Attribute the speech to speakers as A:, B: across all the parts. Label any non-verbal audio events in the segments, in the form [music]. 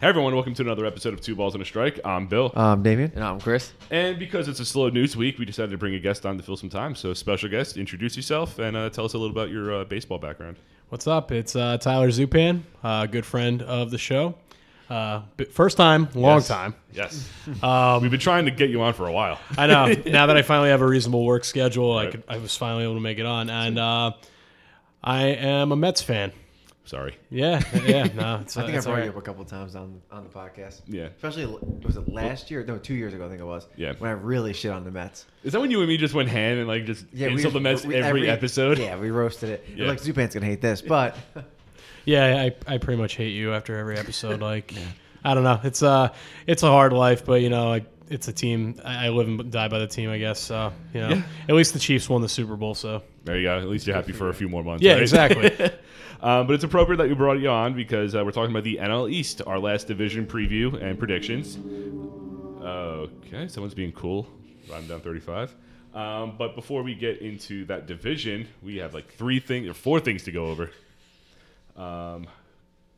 A: Hey everyone, welcome to another episode of Two Balls and a Strike. I'm Bill.
B: Um, Damien.
C: And I'm Chris.
A: and because it's a slow news week, we decided to bring a guest on to fill some time. So, special guest, introduce yourself and uh, tell us a little about your uh, baseball background.
D: What's up? It's uh, Tyler Zupan, uh, good friend of the show. Uh, b- first time, long
A: Yes.
D: time.
B: [laughs]
A: Yes. Um, We've
B: Um,
A: been trying to get you on for a while.
D: I know. now that I finally have a reasonable work schedule, I could, I was finally able to make it on, and uh, I am a Mets fan.
A: Sorry.
D: Yeah, yeah. No, it's, uh,
B: I think I
D: it's
B: brought
D: alright.
B: you up a couple times on on the podcast.
A: Yeah.
B: Especially was it last year? No, two years ago I think it was.
A: Yeah.
B: When I really shit on the Mets.
A: Is that when you and me just went hand and like just
B: Yeah.
A: insult the Mets
B: we-
A: every, episode?
B: Yeah, we roasted it.
A: Yeah.
B: We're Like Zupan's gonna hate this, but
D: Yeah, I, I pretty much hate you after every episode. Like, I don't know. It's uh, it's a hard life, but you know, like, it's a team. I, I live and die by the team, I guess. So you know,
A: Yeah.
D: at least the Chiefs won the Super Bowl. So
A: There you go. At least you're happy for a few more months.
D: yeah,
A: right?
D: [laughs] exactly.
A: Um, but it's appropriate that you brought you on because uh, we're talking about the NL East, our last division preview and predictions. Okay, someone's being cool. I'm down 35. Um, but before we get into that division, we have like three things or four things to go over. Um,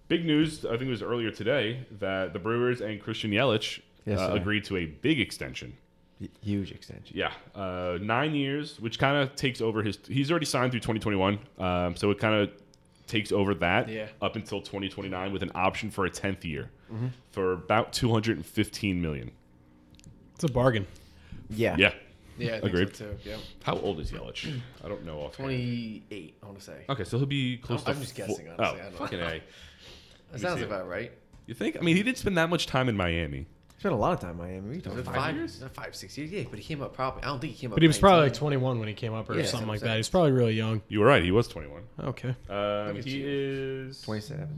A: big news, I think it was earlier today, that the Brewers and Christian Yelich
B: Yes,
A: uh,
B: sir.
A: agreed to a big extension.
B: huge extension.
A: Yeah, uh, nine years, which kind of takes over his. He's already signed through 2021, um, so it kind of takes over that
D: Yeah.
A: up until 2029 with an option for a tenth year
C: Mm-hmm.
A: for about 215 million.
D: It's a bargain.
B: Yeah.
A: Yeah.
C: Yeah, I think
A: Agreed.
C: So too. Yeah,
A: How old is Yelich? I don't know off.
C: twenty-eight. I want to say.
A: Okay, so he'll be close
C: I'm-
A: to.
C: I'm just guessing,
A: four-
C: honestly, I
A: Oh,
C: don't know.
A: fucking a.
C: That sounds
A: see.
C: about right.
A: You think? I mean, he didn't spend that much time in Miami.
B: Spent a lot of time in Miami. We talked
C: Was it
B: about
C: five, years? Five, six years. Yeah, but he came up probably. I don't think he came up.
D: But he was probably like
C: 19.
D: 21 when he came up or
C: Yeah,
D: something like
C: something.
D: that. He's probably really young.
A: You were right. He was 21.
D: Okay.
A: Um,
C: Look at
A: he
C: you.
A: is
B: 27.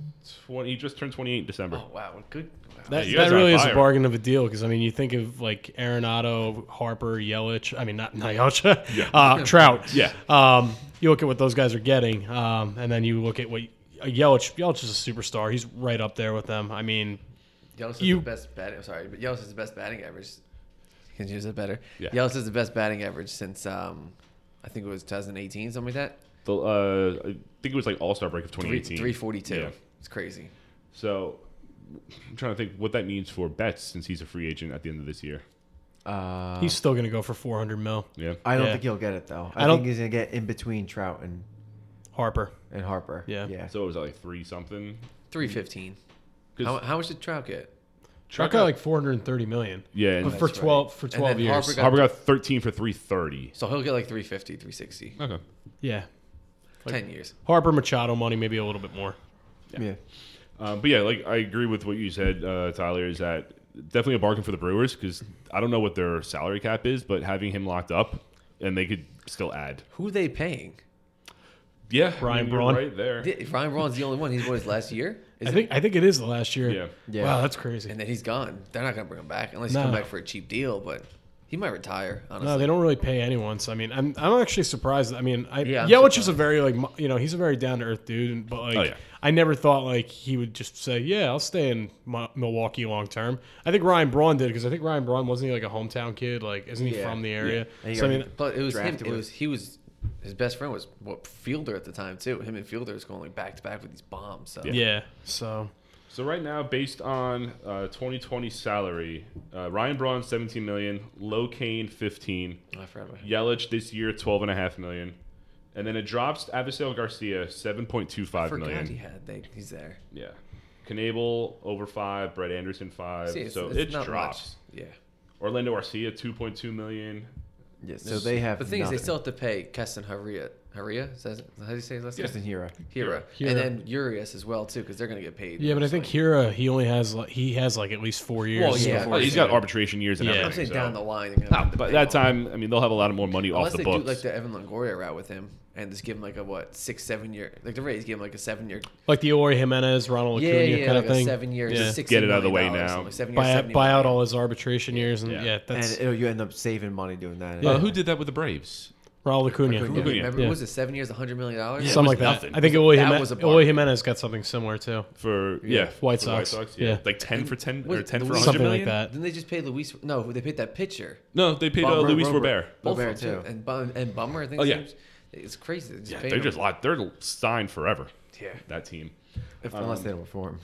A: 20. He just turned 28 in December.
C: Oh wow, what good. Wow.
D: That,
A: you guys
D: that
A: are on
D: really is a
A: fire.
D: bargain of a deal because, I mean, you think of like Arenado, Harper, Yelich. I mean, not, not Yelich, [laughs] uh, Trout.
A: Yeah.
D: Um, you look at what those guys are getting, um, and then you look at what uh, Yelich. Yelich is a superstar. He's right up there with them. I mean,
C: Yelich is
D: You-
C: the best batting. I'm sorry, but Yelich is the best batting average. Can you use it better?
A: Yeah.
C: Yelich is the best batting average since um, I think it was 2018, something like that.
A: The, uh, I think it was like All Star break of
C: Three,
A: 2018.
C: 342.
A: Yeah.
C: It's crazy.
A: So I'm trying to think what that means for Betts since he's a free agent at the end of this year.
B: Uh,
D: he's still going to go for 400 mil.
A: Yeah.
B: I don't
D: yeah.
B: think he'll get it though. I,
D: I don't-
B: think he's gonna get in between Trout and,
D: Harper.
B: and Harper.
D: Yeah.
B: Yeah.
A: So it was that, like three something.
C: 315.
A: 'Cause-
C: How, how much did Trout get?
D: Trout got like 430 million
A: yeah, and
D: for
C: right.
D: 12 for
C: And then
D: 12 years.
C: Harper got-
A: Harper got 13 for 330.
C: So he'll get like 350, 360.
A: Okay.
D: yeah.
C: 10 years.
D: Harper Machado money, maybe a little bit more.
B: yeah.
A: Um, but yeah, like I agree with what you said, uh, Tyler. Is that definitely a bargain for the Brewers because I don't know what their salary cap is, but having him locked up and they could still add.
C: Who they paying?
A: Yeah,
D: Brian
A: you're
D: Braun.
A: right there.
C: Di- Ryan Braun's the only one. He's what his last year, is
D: I
C: it?
D: think I think it is the last year.
A: Yeah.
B: Yeah.
D: Wow, that's crazy.
C: and then he's gone. They're not gonna bring him back unless he come
D: No.
C: back for a cheap deal. But he might retire. Honestly,
D: No, they don't really pay anyone. So I mean, I'm I'm actually surprised. I mean, I
C: Yeah,
D: yeah,
C: I'm
D: Yelich is
C: surprised.
D: a very like mo- you know he's a very down to earth dude, and- but like
A: Oh, yeah.
D: I never thought like he would just say yeah I'll stay in Mi- Milwaukee long term. I think Ryan Braun did because I think Ryan Braun wasn't he like a hometown kid? Like isn't he
B: Yeah.
D: from the area?
B: And he
D: So I mean,
B: already-
C: But it was him.
B: Drafted
C: It
B: with-
C: was he was his best friend was what Fielder at the time too. Him and Fielder was going like back to back with these bombs. So
D: yeah. So
A: So right now, based on uh, 2020 salary, uh, Ryan Braun 17 million, Low Kane 15,
C: Oh, I forgot about him.
A: Yelich this year, twelve and a half million, and then it drops Avisel Garcia, seven point two
C: I
A: five
C: forgot
A: million.
C: he had. They, he's there.
A: Yeah, Knable over five, Brett Anderson five.
C: See, it's,
A: so
C: it's
A: it
C: not
A: drops.
C: Much. Yeah.
A: Orlando Garcia two point two million.
B: Yeah, So they have.
C: But the thing is, they
B: nothing.
C: still have to pay Keston Haria. Haria? Is that how do you say his last name?
B: Justin Hero.
C: Hira.
D: Hira.
C: And then Urias as well, too, because they're going to get paid.
D: yeah, but I think
C: mostly.
D: Hira he only has like he has like at least four years.
C: Well, yeah.
D: before-
A: Oh, he's got arbitration years and
D: Yeah.
A: everything.
C: I'm saying
A: so-
C: down the line. they're gonna have to
A: By
C: pay
A: that
C: off.
A: time, I mean they'll have a lot of more money
C: Unless
A: off the
C: they
A: books.
C: do like the Evan Longoria route with him and just give him like a what six seven year like the Rays give him like a seven year
D: like the Ori Jimenez, Ronald
C: yeah
D: Acuna
C: yeah
D: kind
C: like
D: of thing.
C: a seven year
D: Yeah.
C: six
A: Get it out of the way now.
C: like seven year
D: buy, out-
C: 70
D: buy out
C: million.
D: all his arbitration years and
A: Yeah.
D: yeah, that's
B: And it'll, you end up saving money doing that.
D: Yeah.
A: Uh, who did that with the Braves?
D: Ronald Acuna.
C: Acuna,
A: Acuna,
C: remember
D: yeah.
C: was it seven years hundred million dollars
A: Yeah.
D: something
A: was
D: like that.
A: nothing.
D: I think Eloy,
C: That
D: Jime-
C: was a
D: Eloy
C: bargain.
D: Jimenez got something similar too.
A: For yeah,
C: Yeah.
D: White
A: for the White
D: Sox.
A: Sox yeah.
D: Yeah.
A: like ten for ten
C: Was
A: or
C: it
A: ten for 100
C: Luis-
D: Something like
A: million?
D: that.
C: then they just paid Luis no they paid that pitcher
A: No, they paid uh,
C: Bummer,
A: Luis
C: Romer.
A: Robert.
C: both
B: Robert,
C: of them,
B: too.
C: and Bum, and Bummer I think
A: Oh,
C: his
A: yeah.
C: name's- it's crazy they just
A: Yeah,
C: paid
A: they're
C: him.
A: just locked. They're signed forever.
C: yeah
A: That team.
B: If, unless they don't perform.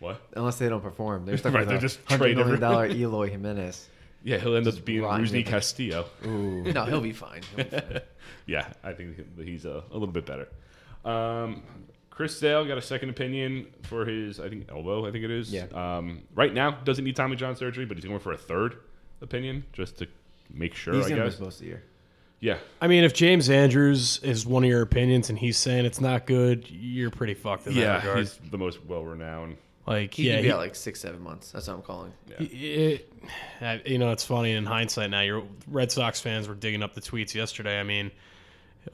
A: What?
B: Unless they don't perform, they're stuck
A: Right,
B: with
A: they
B: a
A: just
B: hundred
A: trade
B: million dollar
A: everyone.
B: Eloy Jimenez.
A: Yeah, he'll end up being
B: rotten
A: Rudy
B: with it.
A: Castillo.
B: Ooh,
C: No, he'll be fine.
A: [laughs]
C: He'll be fine.
A: yeah, I think he's uh, a, a little bit better. Um, Chris Sale got a second opinion for his, I think, elbow, I think it is.
B: Yeah.
A: Um, right now, doesn't need Tommy John surgery, but he's going for a third opinion just to make sure,
B: he's
A: I
B: gonna
A: guess.
B: miss most of the year.
A: Yeah.
D: I mean, if James Andrews is one of your opinions and he's saying it's not good, you're pretty fucked in that
A: Yeah,
D: regard.
A: he's the most well renowned.
D: like,
C: He
D: yeah,
C: could be
D: he-
C: out like six, seven months. That's what I'm calling.
D: It, I- you know, it's funny in hindsight now. Your Red Sox fans were digging up the tweets yesterday. I mean,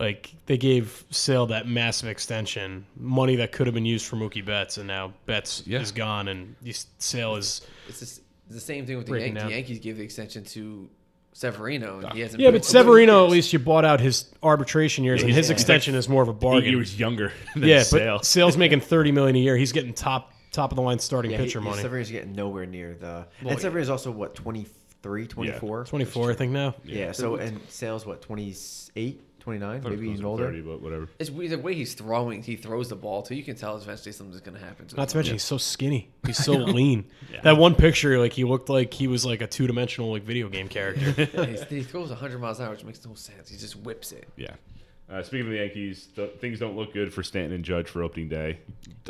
D: like they gave Sale that massive extension, money that could have been used for Mookie Betts, and now Betts
A: Yeah.
D: is gone, and he's- Sale is.
C: It's just it's the same thing with the
D: Breaking
C: Yankees.
D: down.
C: The Yankees gave the extension to Severino, and he
A: Ah.
C: hasn't.
D: Yeah,
C: been
D: but
C: for two
D: Severino, at
C: years.
D: least you bought out his arbitration years, and
A: he's-
D: his extension is more of a
A: Eight
D: bargain.
A: years younger [laughs] than
D: yeah,
A: Sale.
D: but Sale's making thirty million a year. He's getting top top of the line starting
B: Yeah,
D: pitcher
B: he,
D: money.
B: Severino's getting nowhere near the. and Severino's also what 23, 24?
D: Twenty four, I think now.
B: Yeah. so and sales what 28, 29, maybe
A: Those
B: even
A: are
B: older.
A: 30, but whatever.
C: It's weird, the way he's throwing. He throws the ball too. You can tell eventually something's going to happen. To
D: Not
C: him.
D: to mention he's so skinny. He's so lean. That one picture, like he looked like he was like a two dimensional like video game character.
C: Yeah, he's- he throws 100 miles an hour, which makes no sense. He just whips it.
A: Yeah. Uh, speaking of the Yankees, th- things don't look good for Stanton and Judge for opening day.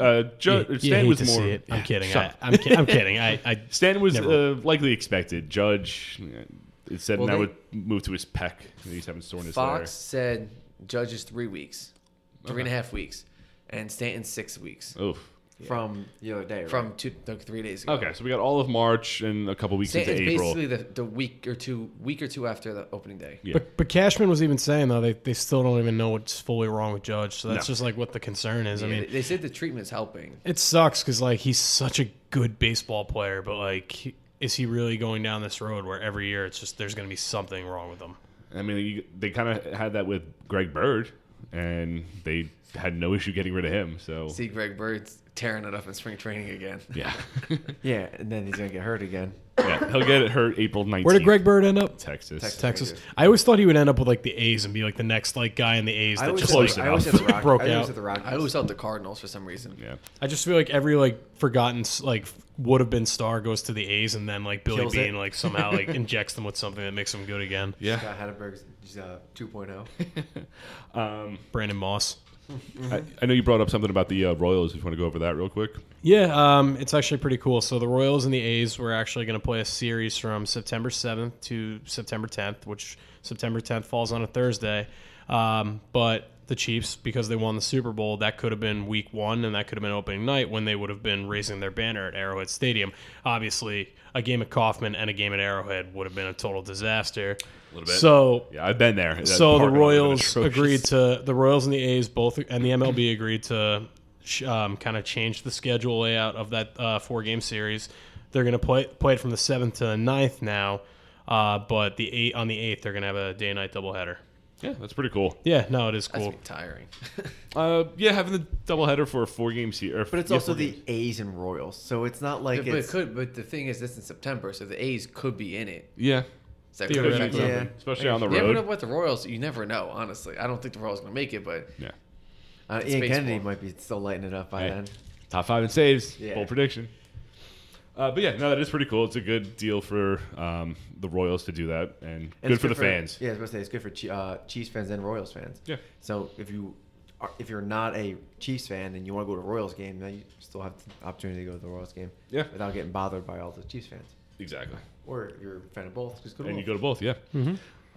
A: Uh, Judge
D: You- you
A: Stanton
D: hate
A: was
D: to
A: more.
D: see it. I'm
A: Yeah,
D: kidding.
A: shut
D: I,
A: up.
D: I'm, ki- I'm kidding. I, I
A: Stan was
D: Never.
A: uh, likely expected. Judge, uh, it said
C: Well,
A: now
C: they-
A: would move to his pec. He's having soreness
C: Fox said Judge is three weeks, three and a half weeks, and Stanton six weeks
A: there. Oof.
B: From the other day, right?
C: from two, like three days ago.
A: Okay, so we got all of March and a couple weeks
C: Stanton's
A: into April.
C: basically the, the week or two week or two after the opening day.
A: Yeah.
D: But but Cashman was even saying though they, they still don't even know what's fully wrong with Judge. So that's
A: No.
D: just like what the concern is. I
C: Yeah,
D: mean,
C: they- they said the treatment's helping.
D: it sucks because like he's such a good baseball player, but like. he- is he really going down this road where every year it's just there's going to be something wrong with him?
A: I mean, you, they kind of had that with Greg Bird, and they had no issue getting rid of him. So
C: See Greg Bird's tearing it up in spring training again.
A: yeah. [laughs]
B: Yeah, and then he's gonna get hurt again.
A: yeah, he'll get it hurt April nineteenth.
D: Where did Greg Bird end up?
A: Texas.
D: Texas. I always thought he would end up with like the A's and be like the next like guy in the A's
B: I
D: that
B: always
D: just
B: said-
A: close
D: like
B: I always
A: enough.
B: said the
D: [laughs]
B: Rock.
D: Broke
B: I always
D: out.
B: said the Rock.
C: I always thought the Cardinals for some reason.
A: Yeah.
D: I just feel like every like forgotten like would have been star goes to the A's and then like Billy
B: Kills
D: Bean
B: it.
D: like somehow
B: [laughs]
D: like injects them with something that makes them good again.
A: Yeah.
B: Scott Hatterberg's uh, 2.0.
D: Brandon Moss.
A: I, I know you brought up something about the uh, Royals. If you want to go over that real quick.
D: Yeah, um, it's actually pretty cool. So the Royals and the A's were actually going to play a series from September 7th to September 10th, which September 10th falls on a Thursday. Um, but the Chiefs, because they won the Super Bowl, that could have been Week One, and that could have been opening night when they would have been raising their banner at Arrowhead Stadium. Obviously, a game at Kauffman and a game at Arrowhead would have been a total disaster. A
A: little bit.
D: So
A: Yeah, I've been there. That
D: so the
A: parking lot was [laughs]
D: Royals
A: atrocious.
D: agreed to the Royals and the A's both and the MLB agreed to sh- um, kind of change the schedule layout of that uh, four game series. They're going to play play it from the seventh to the 9th now, uh, but the eight on the eighth they're going to have a day and night doubleheader.
A: Yeah, that's pretty cool.
D: Yeah, no, it is
C: That's
D: cool.
C: tiring. [laughs]
A: Uh, yeah, having the doubleheader for a four game series,
B: But it's also the A's and Royals, so it's not like
C: but it
B: it's.
C: could. But the thing is, this in September, so the A's could be in it.
A: yeah,
C: So that could
A: Could
C: affect
B: Theoretically.
A: be
C: them.
B: Yeah.
A: something, especially on the
C: You never know
A: road.
C: what the Royals. You never know, honestly. I don't think the Royals are gonna make it, but
A: Yeah,
B: uh,
C: it's
B: Ian Kennedy
C: baseball.
B: might be still lighting it up by
A: Hey.
B: then.
A: top five in saves.
B: Yeah.
A: Bold prediction. Uh, but yeah, no, that is pretty cool. It's a good deal for um, the Royals to do that, and,
B: And
A: good
B: it's
A: for the fans.
B: Yeah, I was gonna say it's good for Chi- uh, Chiefs fans and Royals fans.
A: Yeah.
B: So if you are, if you're not a Chiefs fan and you want to go to a Royals game, then you still have the opportunity to go to the Royals game.
A: Yeah.
B: Without getting bothered by all the Chiefs fans,
A: exactly.
B: or if you're a fan of both, just go to.
A: And you
B: both.
A: go to both, yeah.
B: Mm-hmm.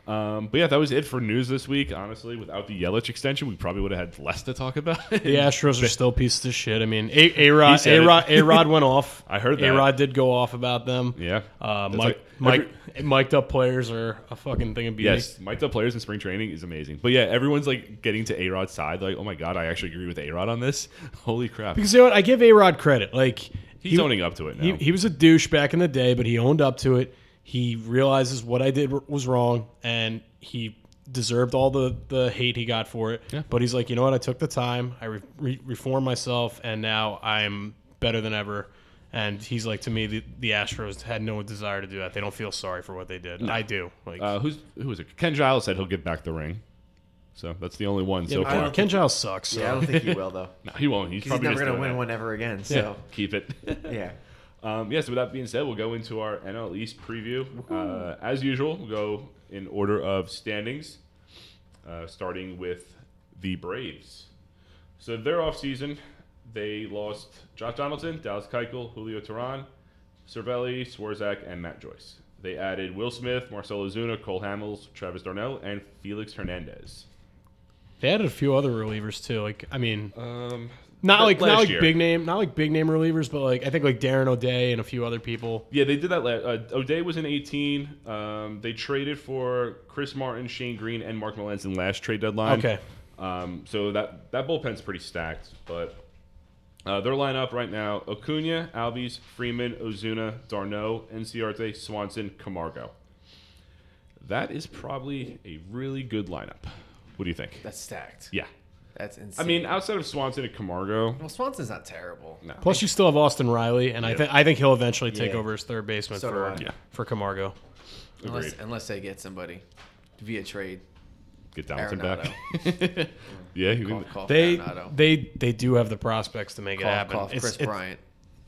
A: Um, but yeah, that was it for news this week. Honestly, without the Yelich extension, we probably would have had less to talk about. [laughs]
D: The Astros are still pieces of shit. I mean, A Rod
A: said it.
D: A Rod A Rod went off.
A: [laughs] I heard that.
D: A Rod did go off about them.
A: yeah.
D: Uh,
A: That's
D: Mike,
A: like
D: Mike, mic'd up players are a fucking thing of beauty.
A: Yes, Mike Dell players in spring training is amazing. But yeah, everyone's like getting to A Rod's side, like, oh my god, I actually agree with A Rod on this. [laughs] Holy crap.
D: Because you know what? I give A Rod credit. Like
A: He's owning up to it now.
D: He, he was a douche back in the day, but he owned up to it. He realizes what I did was wrong, and he deserved all the, the hate he got for it.
A: Yeah.
D: But he's like, you know what? I took the time, I re- re- reformed myself, and now I'm better than ever. And he's like, to me, the, the Astros had no desire to do that. They don't feel sorry for what they did. I do. Like,
A: uh, who's who was it? Ken Giles said he'll get back the ring. So that's the only one so
D: yeah,
A: far.
D: but Ken Giles sucks. So.
B: Yeah, I don't think he
A: [laughs]
B: will though.
A: No, he won't. He's
B: 'Cause He's
A: probably
B: never
A: just
B: gonna
A: doing
B: win
A: that.
B: one ever again.
A: Yeah,
B: So
A: keep it. [laughs]
B: yeah,
A: Um, yes, with that being said, we'll go into our NL East preview. Uh, as usual, we'll go in order of standings, uh, starting with the Braves. So their offseason, they lost Josh Donaldson, Dallas Keuchel, Julio Tehran, Cervelli, Swarzak, and Matt Joyce. They added Will Smith, Marcelo Zuna, Cole Hamels, Travis Darnell, and Felix Hernandez.
D: They added a few other relievers too. Like I mean,
A: Um,
D: not
A: But
D: like
A: last
D: not like
A: year.
D: big name, not like big name relievers, but like I think like Darren O'Day and a few other people.
A: Yeah, they did that. Last, uh, O'Day was in 18. Um, they traded for Chris Martin, Shane Green, and Mark Melanson last trade deadline.
D: Okay.
A: Um, so that that bullpen's pretty stacked, but uh, their lineup right now: Acuna, Albies, Freeman, Ozuna, Darno, Enciarte, Swanson, Camargo. That is probably a really good lineup. What do you think?
C: That's stacked.
A: Yeah,
C: That's insane.
A: I mean, outside of Swanson and Camargo,
C: well, Swanson's not terrible.
A: no.
D: Plus, you still have Austin Riley, and I think I think he'll eventually take
B: Yeah.
D: over as third baseman
B: So do
D: for
B: I.
A: Yeah.
D: for Camargo.
A: Agreed.
C: Unless, unless they get somebody via trade.
A: Get Donaldson
C: Arenado.
A: back. [laughs] yeah, you
C: Call,
A: can,
C: call
D: They
C: Arenado.
D: they they do have the prospects to make it
C: Call-
D: happen.
C: call
D: It's-
C: Chris
D: it's-
C: Bryant.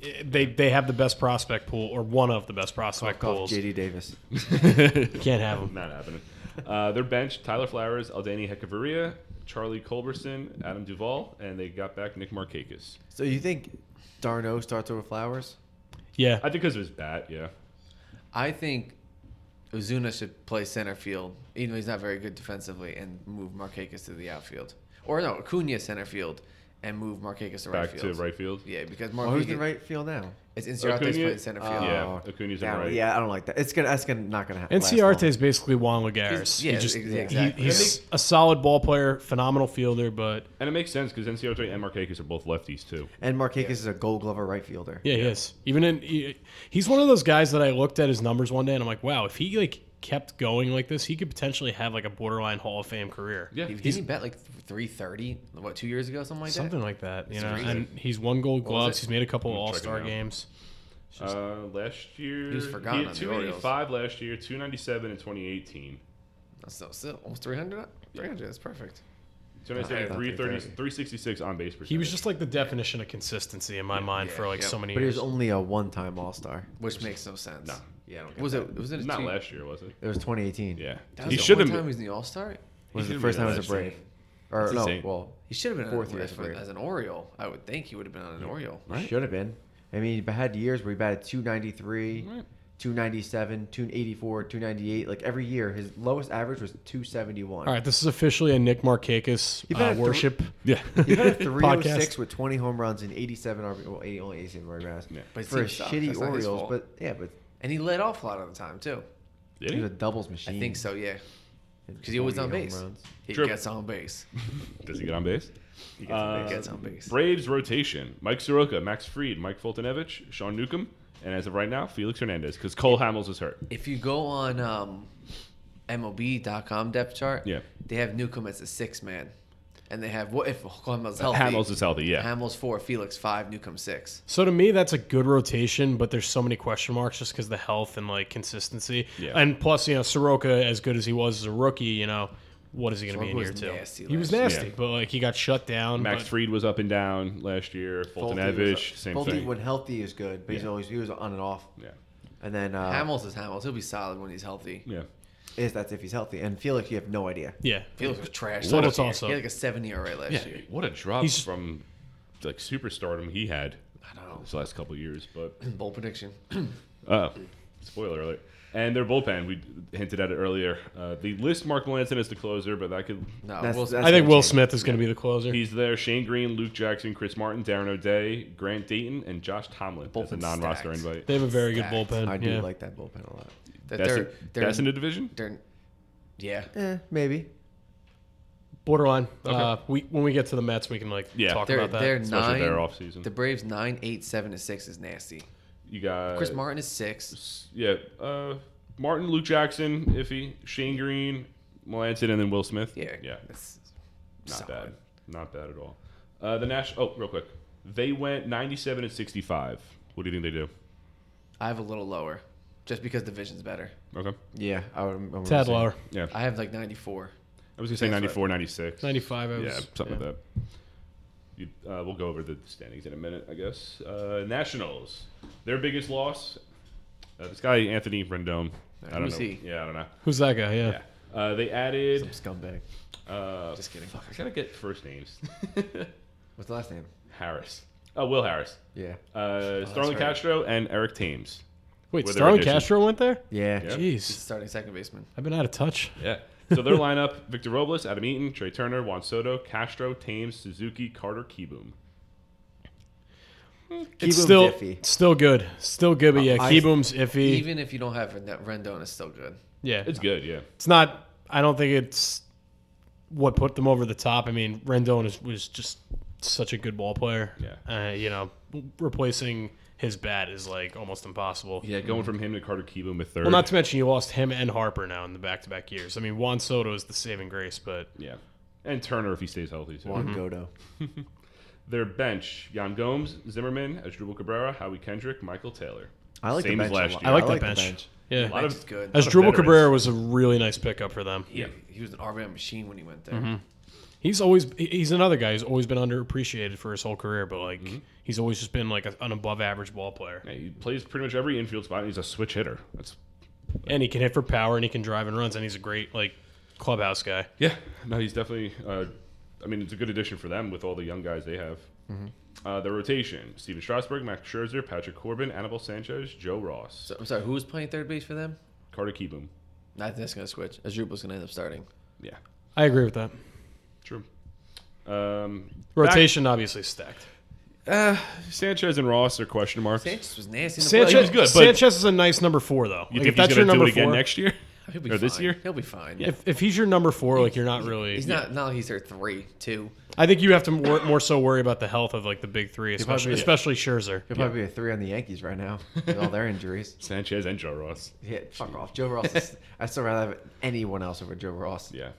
D: it- they they have the best prospect pool or one of the best prospect
B: off
D: pools.
B: JD Davis.
D: Can't have them.
A: Not happening. Uh, their bench: Tyler Flowers, Aldani Hecaveria, Charlie Culberson, Adam Duvall, and they got back Nick Markakis.
B: So you think Darno starts over Flowers?
D: Yeah,
A: I think because of his bat. Yeah,
C: I think Ozuna should play center field, even though he's not very good defensively, and move Marquez to the outfield. Or no, Acuna center field and move Marquez to right
A: back
C: field.
A: to right field.
C: Yeah, because
B: Well,
A: Oh,
B: who's
C: Marquez
B: in right field now?
C: it's Inciarte's
A: Acuna-
C: playing center field.
A: Yeah,
B: Oh,
A: Acuna's in
B: yeah,
A: right.
B: Yeah, I don't like that. It's gonna. That's gonna not gonna happen.
D: Enciarte is basically Juan Lagares.
C: He's- yeah,
D: he just,
C: ex- exactly.
D: he- he's a solid ball player, phenomenal fielder, but
A: and it makes sense because NCRJ and Markakis are both lefties too.
B: And Marquez is a Gold Glover right fielder.
D: yeah, he is. Even in he, he's one of those guys that I looked at his numbers one day and I'm like, wow, if he like kept going like this, he could potentially have like a borderline Hall of Fame career.
A: Yeah,
C: He, didn't he bet like 330, what, two years ago, something like
D: Something like that, you know.
C: crazy.
D: And he's won Gold
C: was
D: Gloves.
C: it?
D: He's made a couple
A: I'm
D: All
A: checking it
D: Star
A: out.
D: games.
A: uh, last year
C: He was forgotten
A: had
C: on the
A: 285 last year, 297 in 2018.
C: that? That's still, still almost 300? 300, that's perfect.
A: 297,
B: Yeah.
A: 330, 366 on base percentage.
D: He was just like the definition of consistency in my mind
C: yeah,
D: for like
C: yeah.
D: so many
B: But he
D: years.
B: was only a one-time All Star.
C: Which makes no sense.
A: No.
B: Yeah, I don't get
C: Was
B: that.
C: it, was it a
A: not
C: two-
A: last year, was it?
B: It was 2018.
A: Yeah,
C: That was
A: he
C: the
A: should
C: one
A: have
C: time he
A: been.
C: was in the All Star?
A: he
B: Was
A: should
B: the
A: have
B: first
A: been
B: time as a
A: last year.
B: Brave. Or
A: That's
B: no,
A: insane.
B: well,
C: He should have been
B: Fourth
C: on
B: year
C: as,
B: for it.
C: as an Oriole. I would think he would have been on an Oriole.
A: Right.
B: should have been. I mean, he had years where he batted 293,
A: Right.
B: 297, 284, 298. Like every year, his lowest average was 271.
D: All right, this is officially a Nick Markakis
B: You've had
D: uh,
B: a thr-
D: worship.
A: Yeah,
B: He
D: [laughs]
B: had a 306 with 20 home runs and 87 RB, well, 80, only 87 RBIs.
A: Yeah.
C: But his
B: for a
C: team sucks.
B: shitty
C: That's not his
B: Orioles,
C: fault.
B: but yeah, but
C: And he led off a lot of the time, too.
A: Did
B: he
A: he?
B: was a doubles machine.
C: I think so, yeah.
B: And
C: Because he was
B: 40
C: on
B: home
C: base.
B: runs.
C: He
A: True.
C: gets on base.
A: Does he get on base?
B: He gets on
A: Uh,
B: base.
C: Gets on base.
A: Braves rotation: Mike Soroka, Max Fried, Mike Fultonevich, Sean Newcomb, and as of right now, Felix Hernandez because Cole Hamels is hurt.
C: If you go on um, MLB.com depth chart,
A: Yeah.
C: they have Newcomb as a six man. And they have, what if Hamels healthy?
A: Hamels is healthy, yeah.
C: Oh, Hamels four, Felix five, Newcomb six.
D: So to me, that's a good rotation, but there's so many question marks just because the health and like consistency.
A: Yeah.
D: And plus, you know, Soroka, as good as he was as a rookie, you know, what is he going to be in
C: Soroka
D: year
C: was
D: two?
C: nasty
D: He was
C: last year.
D: nasty,
A: Yeah.
D: but like he got shut down.
A: Max
D: but-
A: Fried was up and down last year.
B: Fulte was-
A: Fultonevich, same
B: Fulte,
A: thing.
B: when healthy is good, but he's
A: Yeah.
B: always he was on and off.
A: yeah,
B: And then uh,
C: Hamels is Hamels. He'll be solid when he's healthy.
A: Oh. yeah.
B: is that's if he's healthy. And Felix, you have no idea.
D: yeah.
C: Felix was trash.
D: What
C: last
D: a
C: year.
D: toss-up.
C: He had like a seven ERA last year.
A: What a drop
D: He's-
A: from like superstardom he had
C: I don't know.
A: this last couple of years. But
C: Bold prediction. [clears throat]
A: oh, spoiler alert. And their bullpen, we hinted at it earlier. Uh, they list Mark Melanson as the closer, but that could
C: No,
B: That's-
C: Will-
B: that's-
D: Oh, I think
B: gonna
D: Will
B: change.
D: Smith is going to be the closer.
A: He's there. Shane Green, Luke Jackson, Chris Martin, Darren O'Day, Grant Dayton, and Josh Tomlin. That's a
C: Bullpen's
A: non-roster
C: stacked.
A: invite.
D: they have a very good
C: stacked.
D: bullpen.
B: I do
D: yeah.
B: like that bullpen a lot.
C: that
A: That's,
C: they're,
A: in-
C: they're,
A: that's in the division.
C: they're- yeah.
B: Eh, maybe.
D: borderline. Uh, we when we get to the Mets, we can like
A: Yeah.
D: talk
C: They're,
D: about that.
C: they're
A: Especially
C: nine.
A: their offseason.
C: The Braves nine, eight, seven, and six is nasty.
A: You got
C: Chris Martin is six.
A: Yeah, uh, Martin, Luke Jackson, iffy, Shane Green, Melanson, and then Will Smith.
C: Yeah.
A: yeah,
C: That's
A: not
C: solid.
A: bad, not bad at all. Uh, the Nash. Oh, real quick, they went ninety-seven and sixty-five. What do you think they do?
C: I have a little lower, just because division's better.
A: Okay,
B: Yeah, I would. I'm
D: Tad lower.
A: yeah,
C: I have like ninety four.
A: I was gonna say
C: That's right.
A: 94, 96.
D: 95. I was,
A: Yeah, something like that. You, uh, we'll go over the standings in a minute, I guess. Uh, Nationals, their biggest loss. Uh, this guy Anthony Rendon. I don't
C: Who's
A: know.
C: he?
A: Yeah, I don't know.
D: Who's that guy? Yeah.
A: Yeah, uh, they
B: Some
A: added.
B: scumbag.
A: Uh,
C: Just kidding.
A: fuck, I gotta get first names. [laughs]
B: What's the last name?
A: Harris. Oh, Will Harris.
B: Yeah.
A: Uh, Starling
C: right.
A: Castro and Eric Thames.
D: Wait,
A: With their
D: Starling
A: addition.
D: Castro went there?
B: Yeah.
A: Yeah.
C: He's
D: Jeez.
C: starting second baseman.
D: I've been out of touch.
A: Yeah. So their lineup: [laughs] Victor Robles, Adam Eaton, Trey Turner, Juan Soto, Castro, Thames, Suzuki, Carter, Keyboom.
D: It's
B: Keyboom's
D: still
B: iffy.
D: still good. Still good, but yeah,
B: I-
D: Keyboom's iffy.
C: Even if you don't have Ren- Rendon, is still good.
D: yeah.
A: It's good, yeah.
D: It's not I don't think it's what put them over the top. I mean, Rendon is, was just such a good ball player.
A: Yeah.
D: Uh, you know, replacing his bat is like almost impossible.
A: Yeah, going from him to Carter Keyboom at third.
D: Well, not to mention you lost him and Harper now in the back-to-back years. I mean, Juan Soto is the saving grace, but
A: Yeah. And Turner if he stays healthy. Too.
B: Juan
D: Mm-hmm.
B: Godo.
A: Their bench: Jan Gomes, Zimmerman, Asdrubal Cabrera, Howie Kendrick, Michael Taylor.
B: I like
A: Same
B: the
A: as
B: bench.
A: last
B: a lot.
A: year.
D: I like
A: I
D: that
B: the
D: bench. Yeah,
A: A lot
C: Bench
A: of
C: is good.
D: as
A: of
D: Drupal
A: veterans.
D: Cabrera was a really nice pickup for them.
A: Yeah.
C: He was an RBI machine when he went there.
D: Mm-hmm. He's always he- he's another guy who's always been underappreciated for his whole career, but like
A: Mm-hmm.
D: he's always just been like a, an above-average ball player,
A: Yeah, he plays pretty much every infield spot. and He's a switch hitter. That's
D: and he can hit for power and he can drive and runs, and he's a great like clubhouse guy.
A: yeah. No, he's definitely. Uh, I mean, it's a good addition for them with all the young guys they have.
B: Mm-hmm.
A: Uh, their rotation: Steven Strasburg, Max Scherzer, Patrick Corbin, Anibal Sanchez, Joe Ross,
C: So, I'm sorry, who was playing third base for them?
A: Carter Keyboom.
C: I think that's going to switch. Azubal's going to end up starting.
A: Yeah,
D: I agree with that.
A: true. Um,
D: Rotation obviously stacked.
A: back- Sanchez and Ross are question marks.
C: Sanchez was nasty. in the
D: Sanchez
C: playoffs.
A: was good, but-
D: Sanchez is a nice number four though.
A: you
D: Like,
A: think he's going to do it again
D: four,
A: next year? [laughs]
C: He'll be
A: Or this
C: fine.
A: year?
C: He'll be fine.
D: if, if he's your number four, like you're not really
C: He's not. Now he's there three, two.
D: I think you have to more, more so worry about the health of like the big three, especially
B: probably-
D: especially Scherzer.
B: He'll probably be a three on the Yankees right now with all
D: [laughs]
B: their injuries.
A: Sanchez and Joe Ross.
B: Yeah, fuck off. Joe Ross.
D: [laughs]
B: Is, I still rather have anyone else over Joe Ross.
A: Yeah.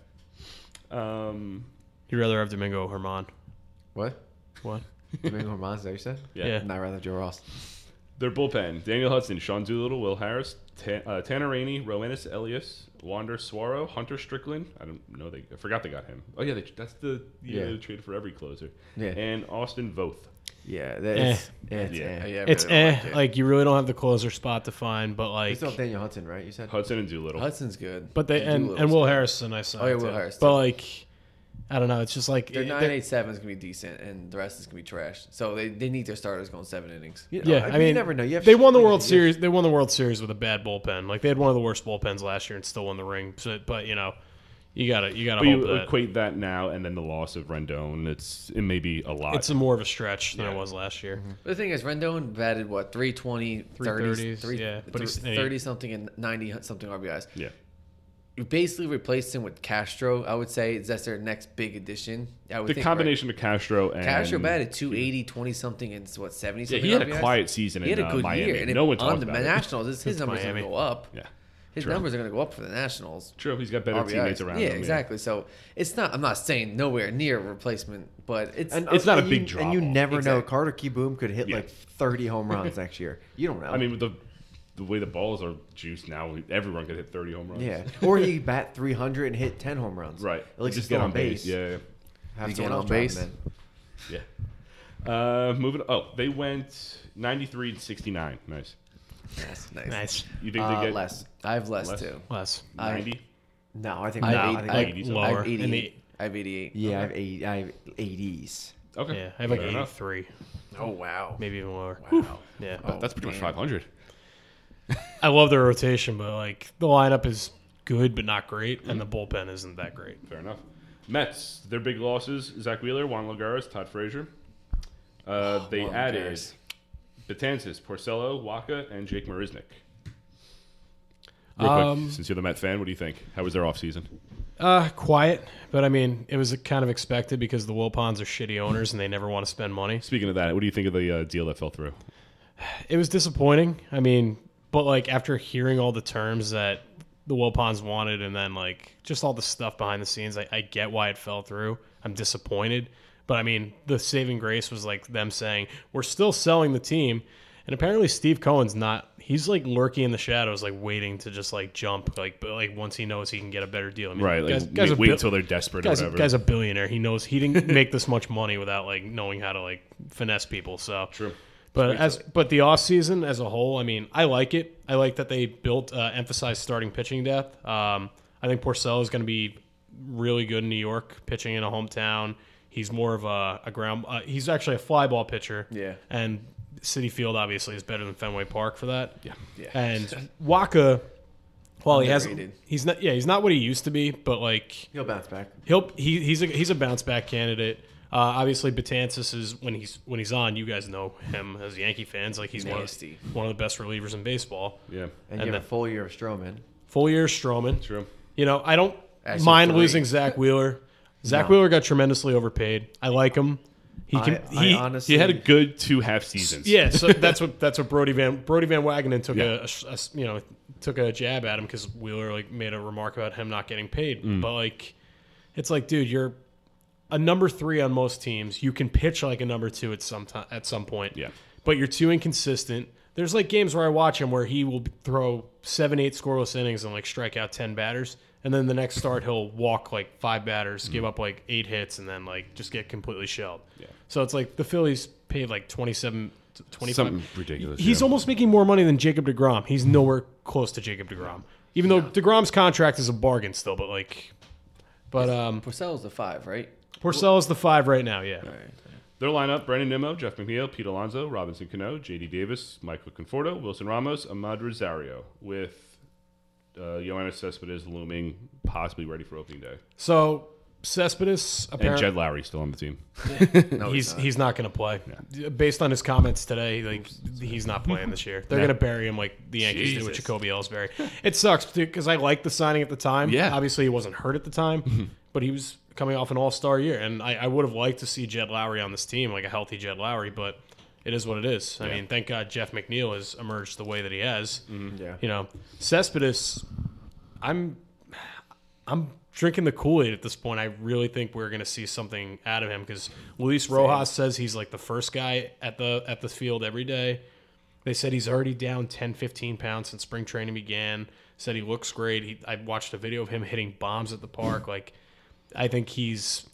A: Um,
D: You'd rather have Domingo Herman.
B: What?
D: What?
B: Domingo Herman's there, you said?
A: yeah.
D: Yeah.
B: And I'd rather Joe Ross.
A: Their bullpen: Daniel Hudson, Sean Doolittle, Will Harris, Ta- uh, Tanner Rainey, Rowanus Elias, Wander Suaro, Hunter Strickland. I don't know. They I forgot they got him. Oh yeah, they, that's the yeah.
B: Yeah.
A: they traded for every closer.
B: Yeah.
A: And Austin Voth.
B: Yeah, that's it's,
A: Yeah.
B: eh.
C: Oh, yeah, I
D: It's
C: really don't
D: eh.
C: like it.
D: Like you really don't have the closer spot to find, but
B: You
D: like,
B: still have Daniel Hudson, right? You said
A: Hudson and Doolittle.
C: Hudson's good.
D: but they and,
C: Doolittle's
D: and Will
C: good.
D: Harris is a nice. sign,
C: Oh, yeah, Will
D: too.
C: Harris,
D: But
C: too.
D: like, I don't know. It's just like
C: Their
D: it-
C: nine eight seven is going to be decent, and the rest is going to be trash. So they, they need their starters going seven innings.
B: You know,
D: Yeah, I mean,
B: you never know. You have
D: they
B: shit
D: won the
B: like
D: World
B: that. You have-
D: Series. They won the World Series with a bad bullpen. Like they had one of the worst bullpens last year and still won the ring. So, but you know, you gotta you gotta
A: But
D: hope
A: you
C: uh,
D: that
A: equate that now and then the loss of Rendon. It's it may be a lot.
D: it's a more of a stretch than
A: Yeah.
D: it was last year.
C: But the thing is, Rendon batted what 320, 30,
D: 330s, yeah, but he's- and he-
C: 30 something and 90 something RBIs.
A: yeah.
C: You basically replaced him with Castro, I would say. That's their next big addition. I would
A: The
C: think, right?
A: combination of Castro and
C: Castro batted 280, 20 something, and what, 70
A: Yeah,
C: something?
A: he had a
C: RBIs?
A: quiet season
C: He had
A: in
C: a good
A: uh, Miami.
C: year. And
A: no one
C: if- on
A: talks
C: the
A: about it.
C: [laughs] Nationals, his, his numbers are going to
D: Miami.
C: go up.
A: Yeah.
C: His
A: True.
C: numbers are going to go up for the Nationals.
A: True, he's got better
C: RBIs.
A: teammates around
C: yeah,
A: him.
C: exactly. So it's not. I'm not saying nowhere near replacement, but it's
B: And, uh,
A: It's not a
B: and
A: big
B: you,
A: drop
B: And you
A: off.
B: never know.
C: Exactly.
B: Carter Keyboom could hit
A: Yeah.
B: like 30
A: [laughs]
B: home runs next year. You don't know.
A: I mean, with the the way the balls are juiced now, everyone could hit 30 home runs. [laughs]
B: yeah. Or he bat 300 and hit 10 home runs.
A: Right.
B: At least
A: just
B: he's still
A: get
B: on base.
A: Yeah,
B: Have someone
C: You get on
B: else drop him
C: base.
B: in.
A: yeah. yeah. Uh, moving. Oh, they went 93 and 69. Nice.
C: That's nice.
D: Nice,
A: You think
B: Uh,
A: they get
B: less.
C: I have less,
A: Less?
C: too.
D: less.
C: I-
A: 90?
B: No, I think
C: I-
B: no,
C: I-
B: I think
C: I-
D: like
A: eighty something.
C: I
D: lower.
C: have
D: in the,
C: 88. I have 88.
B: yeah, I have, eight, I have 80s.
A: Okay.
D: yeah, I have like
A: Fair
D: eighty
A: enough.
D: three,
C: Oh wow.
D: maybe even lower.
C: Wow.
D: Yeah,
C: Oh,
A: That's pretty much
C: damn.
A: 500.
D: I love their rotation, but like the lineup is good but not great, and the bullpen isn't that great.
A: Fair enough. Mets, their big losses Zach Wheeler, Juan Lagares, Todd Frazier. Uh, they
C: Juan
A: added
C: Lagares.
A: Betances, Porcello, Waka, and Jake Marisnik. Real
D: Um,
A: quick, since you're the Met fan, what do you think? How was their offseason?
D: Uh, quiet, but I mean, it was kind of expected because the Wilpons are shitty owners and they never want to spend money.
A: Speaking of that, what do you think of the uh, deal that fell through?
D: It was disappointing. I mean, but like after hearing all the terms that the Wilpons wanted and then like just all the stuff behind the scenes, I, I get why it fell through. I'm disappointed. But I mean, the saving grace was like them saying, we're still selling the team. And apparently Steve Cohen's not. He's like lurking in the shadows, like waiting to just like jump, like but like once he knows he can get a better deal. I mean,
A: Right, like
D: guys-
A: wait-
D: guys are
A: wait
D: built-
A: until they're desperate
D: guy's,
A: or whatever.
D: guy's a billionaire. He knows he didn't make this much money without like knowing how to like finesse people. So
A: True.
D: But as but the off season as a whole, I mean, I like it. I like that they built uh, emphasized starting pitching depth. Um, I think Porcello is going to be really good in New York pitching in a hometown. He's more of a, a ground. Uh, he's actually a fly ball pitcher.
C: Yeah.
D: And City Field obviously is better than Fenway Park for that. Yeah.
C: Yeah.
D: And Waka, while he hasn't,
C: Underrated.
D: he's not. Yeah, he's not what he used to be, but like
B: He'll bounce back.
D: he'll he, he's a he's a bounce back candidate. Uh, obviously, Batansis is when he's when he's on. You guys know him as Yankee fans. Like he's one of,
C: Nasty.
D: one of the best relievers in baseball.
A: Yeah,
B: And,
D: And
B: you have
D: the-
B: a full year of Stroman.
D: Full year Stroman.
A: true.
D: You know, I don't
C: Actually,
D: mind
C: three.
D: losing Zach
B: [laughs]
D: Wheeler. Zach Wheeler got tremendously overpaid. I like him. He can.
B: I- I
D: he,
B: honestly,
A: He had a good two half seasons.
D: yeah, so that's what that's what Brody Van Brody Van Wagenen took
A: Yeah.
D: a- a, sh- a s- you know took a jab at him because Wheeler like made a remark about him not getting paid,
A: Mm.
D: but like it's like dude, you're a number three on most teams. You can pitch like a number two at some time at some point.
A: Yeah.
D: but you're too inconsistent. There's like games where I watch him where he will throw seven, eight scoreless innings and like strike out ten batters, and then the next start he'll walk like five batters, give up like eight hits, and then like just get completely shelled. Mm. Yeah. So it's like the Phillies paid like 27, 25.
A: something ridiculous.
D: He's
A: yeah.
D: almost making more money than Jacob Degrom. He's nowhere close to Jacob Degrom, even though Degrom's contract is a bargain still. But like, but um,
C: Porcello's the five, right?
D: Porcello's the five right now. Yeah.
A: Their lineup: Brandon Nimmo, Jeff McNeil, Pete Alonso, Robinson Cano, J.D. Davis, Michael Conforto, Wilson Ramos, Ahmad Rosario, with uh, Yoenis Cespedes looming, possibly ready for opening day,
D: So Cespedes
A: and
D: apparently
A: Jed Lowry still on the team.
C: No,
D: he's he's not going to play. Based on his comments today, like he's not playing this year.
A: [laughs]
D: They're going to bury him like the Yankees did with
A: Jesus.
D: Jacoby Ellsbury. it sucks because I liked the signing at the time.
A: Yeah.
D: obviously he wasn't hurt at
A: [laughs]
D: the time, but he was coming off an All Star year, and I, I would have liked to see Jed Lowry on this team, like a healthy Jed Lowry, but. It is what it is. I mean, thank God Jeff McNeil has emerged the way that he has.
A: Mm-hmm.
B: Yeah.
D: You know, Cespedes, I'm I'm drinking the Kool Aid at this point. I really think we're going to see something out of him because Luis Rojas says he's like the first guy at the at the field every day. They said he's already down 10, 15 pounds since spring training began. Said he looks great. He, I watched a video of him hitting bombs at the park. Like, I think he's.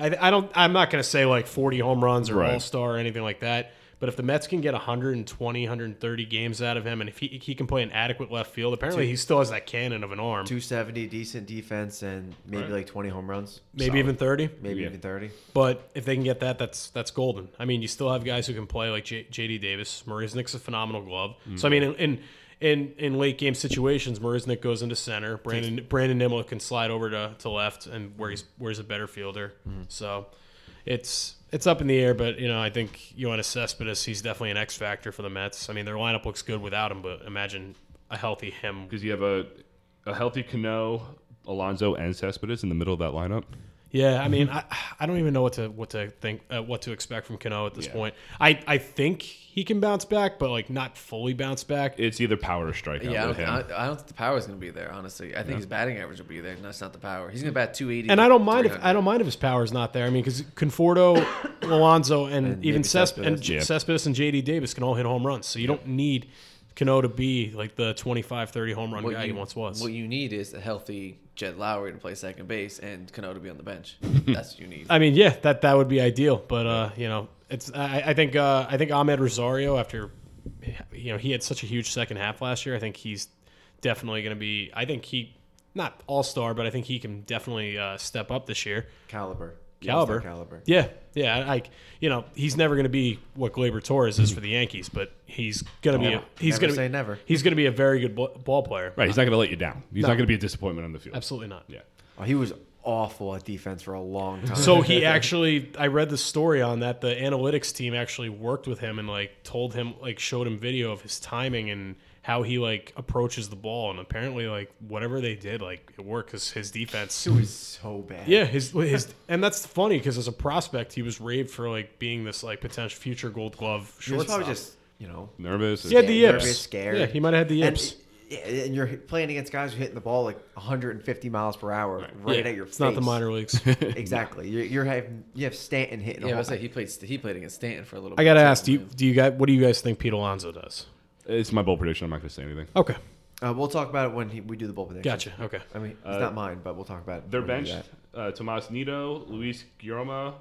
D: I, I don't. I'm not going to say like 40 home runs or
A: Right.
D: All Star or anything like that. But if the Mets can get 120, 130 games out of him, and if he, he can play an adequate left field, apparently he still has that cannon of an arm.
B: 270, decent defense, and maybe
A: Right.
B: like 20 home runs,
D: maybe even 30.
B: maybe
A: Yeah.
B: even 30.
D: But if they can get that, that's that's golden. I mean, you still have guys who can play like J- JD Davis. Marisnik's a phenomenal glove. So I mean, in, in in in late game situations, Marisnik goes into center. Brandon Brandon Nimmo can slide over to, to left, and where he's where's a better fielder. So it's it's up in the air. But you know, I think Yoenis Cespedes he's definitely an X factor for the Mets. I mean, their lineup looks good without him, but imagine a healthy him.
A: because you have a a healthy Cano, Alonso, and Cespedes in the middle of that lineup.
D: Yeah, I mean, I, I don't even know what to what to think uh, what to expect from Cano at this point. I, I think he can bounce back, but like not fully bounce back.
A: It's either power or strikeout
C: Yeah, I
A: with
C: don't,
A: him.
C: I, I don't think the power is going to be there. Honestly, I think his batting average will be there, and that's not the power. He's going to bat 280.
D: and I don't mind if
C: 300.
D: I don't mind if his power's not there. I mean, because Conforto, Alonso, and, even
B: maybe
D: Cesp- and
B: Cespedes.
A: Yeah.
D: Cespedes and JD Davis can all hit home runs, so you don't need Cano to be like the 25, 30 home run
C: What
D: guy he
C: you-
D: once was.
C: What you need is a healthy Jed Lowry to play second base and Cano to be on
A: [laughs]
C: the bench. That's what you need.
D: I mean, yeah, that that would be ideal. But uh, you know, it's I, I think uh, I think Ahmed Rosario after you know he had such a huge second half last year. I think he's definitely going to be. I think he not all star, but I think he can definitely uh, step up this year.
B: Caliber.
D: Caliber,
B: Caliber.
D: Yeah, yeah. I- Like you know, he's never going to be what Glaber Torres is for the Yankees, but he's going to be. A, he's
B: Never
D: going to
B: say never.
D: He's going to be a very good ball ball player.
A: right, he's not going to let you down. He's not going to be a disappointment on the field.
D: Absolutely not.
A: Yeah,
B: Oh, he was awful at defense for a long time.
D: So he actually, I read the story on that. The analytics team actually worked with him and like told him, like showed him video of his timing and how he like approaches the ball. And apparently, like whatever they did, like it worked because his defense.
B: it was so bad.
D: Yeah, his his, and that's funny because as a prospect, he was raved for like being this like potential future Gold Glove
B: He was
D: shortstop.
B: probably just, you know,
A: nervous.
D: he had the
B: scared,
D: yips.
B: nervous, scared.
D: Yeah, he might have had the
B: and
D: yips.
B: yeah, and you're playing against guys who are hitting the ball like 150 miles per hour right,
D: Yeah,
B: at your
D: It's
B: face.
D: not the minor
B: [laughs]
D: leagues.
B: Exactly. You're, you're having you have Stanton hitting. a
C: Yeah, I
B: hole.
C: was like he played he played against Stanton for a little.
D: I
C: bit,
D: gotta
C: too,
D: ask, do you
C: man.
D: do you guys what do you guys think Pete Alonso does?
A: It's my bold prediction. I'm not going to say anything.
D: Okay,
B: Uh, we'll talk about it when he, we do the bull prediction.
D: gotcha. Okay,
B: I mean, it's not mine, but we'll talk about it.
A: They're
B: when we do
A: benched.
B: that.
A: Uh, Tomas Nito, Luis Guillorma.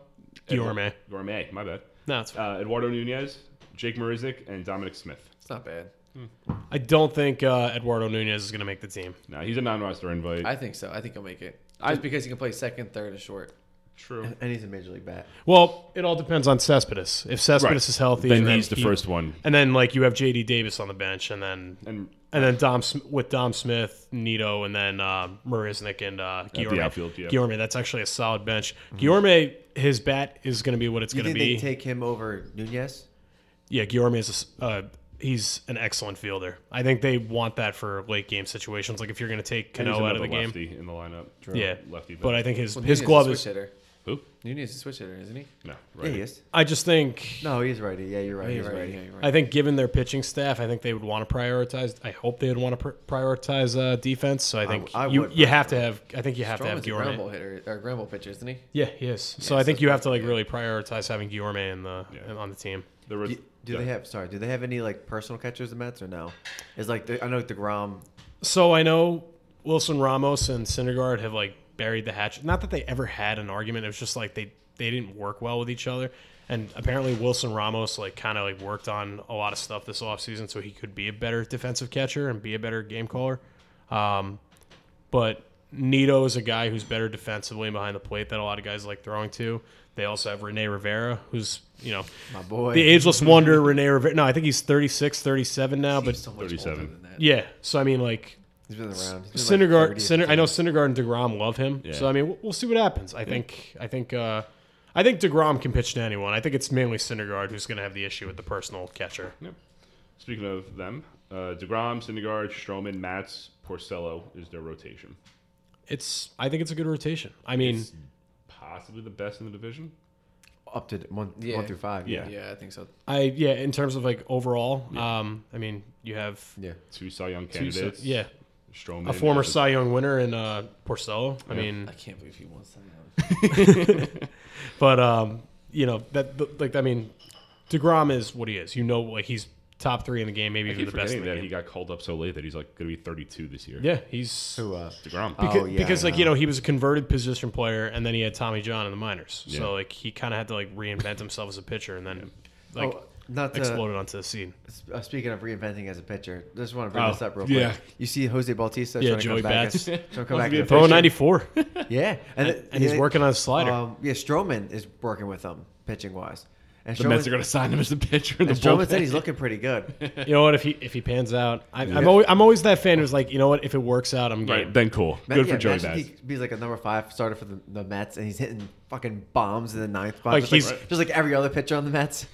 D: Guillorme.
A: Guillorme, my bad.
D: no, it's fine.
A: Uh, Eduardo Nunez, Jake Marisnik, and Dominic Smith.
C: It's not bad.
D: I don't think uh, Eduardo Nunez is gonna make the team.
A: Now he's a non-roster invite.
C: I think so. I think he'll make it. Just
A: I-
C: because he can play second, third, and short.
A: True.
B: And he's a major league bat.
D: Well, it all depends on Cespedes. If Cespedes
A: Right.
D: is healthy,
A: Then he's the
D: he-
A: first one.
D: And then like you have J.D. Davis on the bench, and then and,
A: And
D: then Dom Sm- with Dom Smith, Nito, and then uh, Marisnik and uh, Guillorme.
A: outfield, yeah. Mm-hmm.
D: Guillorme, that's actually a solid bench. Guillorme, his bat is gonna be what it's
B: Do you
D: gonna
B: think
D: be.
B: they take him over Nunez?
D: yeah, Guillorme is a s uh, he's an excellent fielder. I think they want that for late game situations. Like if you're gonna take
A: he's
D: Cano out of the
A: another
D: game.
A: lefty in the lineup.
D: Yeah,
A: lefty.
D: But I think his
C: Well,
D: his
C: Nunez a
D: glove
C: switch
D: is.
C: hitter.
A: Who?
C: Nunez is a switch hitter, isn't he?
A: No.
B: Yeah,
A: Right.
B: he is.
D: I just think.
B: No, he's righty. Yeah, you're right.
C: Yeah,
B: he's
C: right.
B: righty.
C: Yeah, you're right.
D: I think given their pitching staff, I think they would want to prioritize. I hope they would want to pr- prioritize uh, defense. So I think
B: I
D: you
B: would
D: you have to have. I think you have
C: Stroman's a
D: to have
C: ground
D: Guillorme.
C: ball hitter or ground ball pitcher, isn't he?
D: Yeah, he is. so I
C: so
D: think you have to like
C: yeah.
D: really prioritize having Guillorme in the
A: Yeah.
D: on the team.
A: There was.
B: Do, do they have? Sorry, do they have any like personal catchers the Mets or no? It's like the, I know Degrom.
D: So I know Wilson Ramos and Syndergaard have like buried the hatchet. Not that they ever had an argument. It was just like they they didn't work well with each other. And apparently Wilson Ramos like kind of like worked on a lot of stuff this offseason so he could be a better defensive catcher and be a better game caller. Um, but Nito is a guy who's better defensively and behind the plate that a lot of guys like throwing to. They also have Rene Rivera, who's, you know,
B: My boy.
D: the ageless wonder, Rene Rivera. No, I think he's 36, 37 now,
C: But
D: but
C: so much
A: 37.
C: older than that.
D: yeah. So, I mean, like,
B: he's been around. He's been, like,
D: Syndergaard,
B: 30.
D: Synder, I know Syndergaard and Degrom love him.
A: Yeah.
D: So I mean, we'll, we'll see what happens. I think, I think, uh, I think Degrom can pitch to anyone. I think it's mainly Syndergaard who's going to have the issue with the personal catcher.
A: Yep. Speaking of them, uh, Degrom, Syndergaard, Stroman, Mats, Porcello is their rotation.
D: It's, I think it's a good rotation. I mean,
A: It's possibly the best in the division.
B: up to one,
C: Yeah.
B: one through five.
A: Yeah.
C: Yeah, I think so.
D: I yeah, in terms of like overall, um, I mean, you have
B: yeah.
A: Two Cy Young
D: two, so-
A: candidates.
D: yeah,
A: Stroman.
D: a former
A: and-
D: Cy Young winner in uh, Porcello. I mean,
C: I can't believe he won something.
D: But um, you know that th- like I mean, Degrom is what he is. You know, like he's top three in the game, maybe
A: I
D: even
A: keep
D: the best. In
A: forgetting
D: the
A: that he
D: game.
A: got called up so late that he's like going to be 32 this year.
D: Yeah, he's
B: Who? Uh,
A: Degrom.
B: Oh,
D: beca-
B: yeah,
D: because
B: I
D: like you know he was a converted position player, and then he had Tommy John in the minors.
A: Yeah.
D: So like he kind of had to like reinvent himself as a pitcher, and then like
B: oh, not to,
D: exploded onto the scene.
B: S- Uh, speaking of reinventing as a pitcher, just want to bring
D: Oh,
B: this up real
A: yeah.
B: quick. You see Jose Bautista
D: Yeah,
B: trying to
D: Joey
B: come back.
D: Bats.
B: As,
A: [laughs]
B: trying to come
A: Wants
B: back
A: to be
B: as
A: a
B: a
D: Throw
A: Pitcher. [laughs]
D: ninety four,
B: pitcher. Yeah, and, it-
D: and he's
B: it-
D: working on his slider.
B: Um, yeah, Stroman is working with him pitching wise, and
A: The Mets are
B: Stroman,
A: going to sign him as the pitcher in the
B: and Stroman said
A: bullpen.
B: he's looking
A: [laughs]
B: pretty good.
A: Uh,
D: you know what? If he if he pans out, I, I'm always I'm always that fan who's like, you know what? If it works out, I'm game.
A: Right, then cool.
B: Ma-
A: Good
B: yeah,
A: for Joey
B: imagine
A: Bass.
B: He could be like a number five starter for the, the Mets, and he's hitting fucking bombs in the ninth spot.
D: Like,
B: just,
D: he's-
B: like, just like every other pitcher on
A: [laughs]
B: the Mets.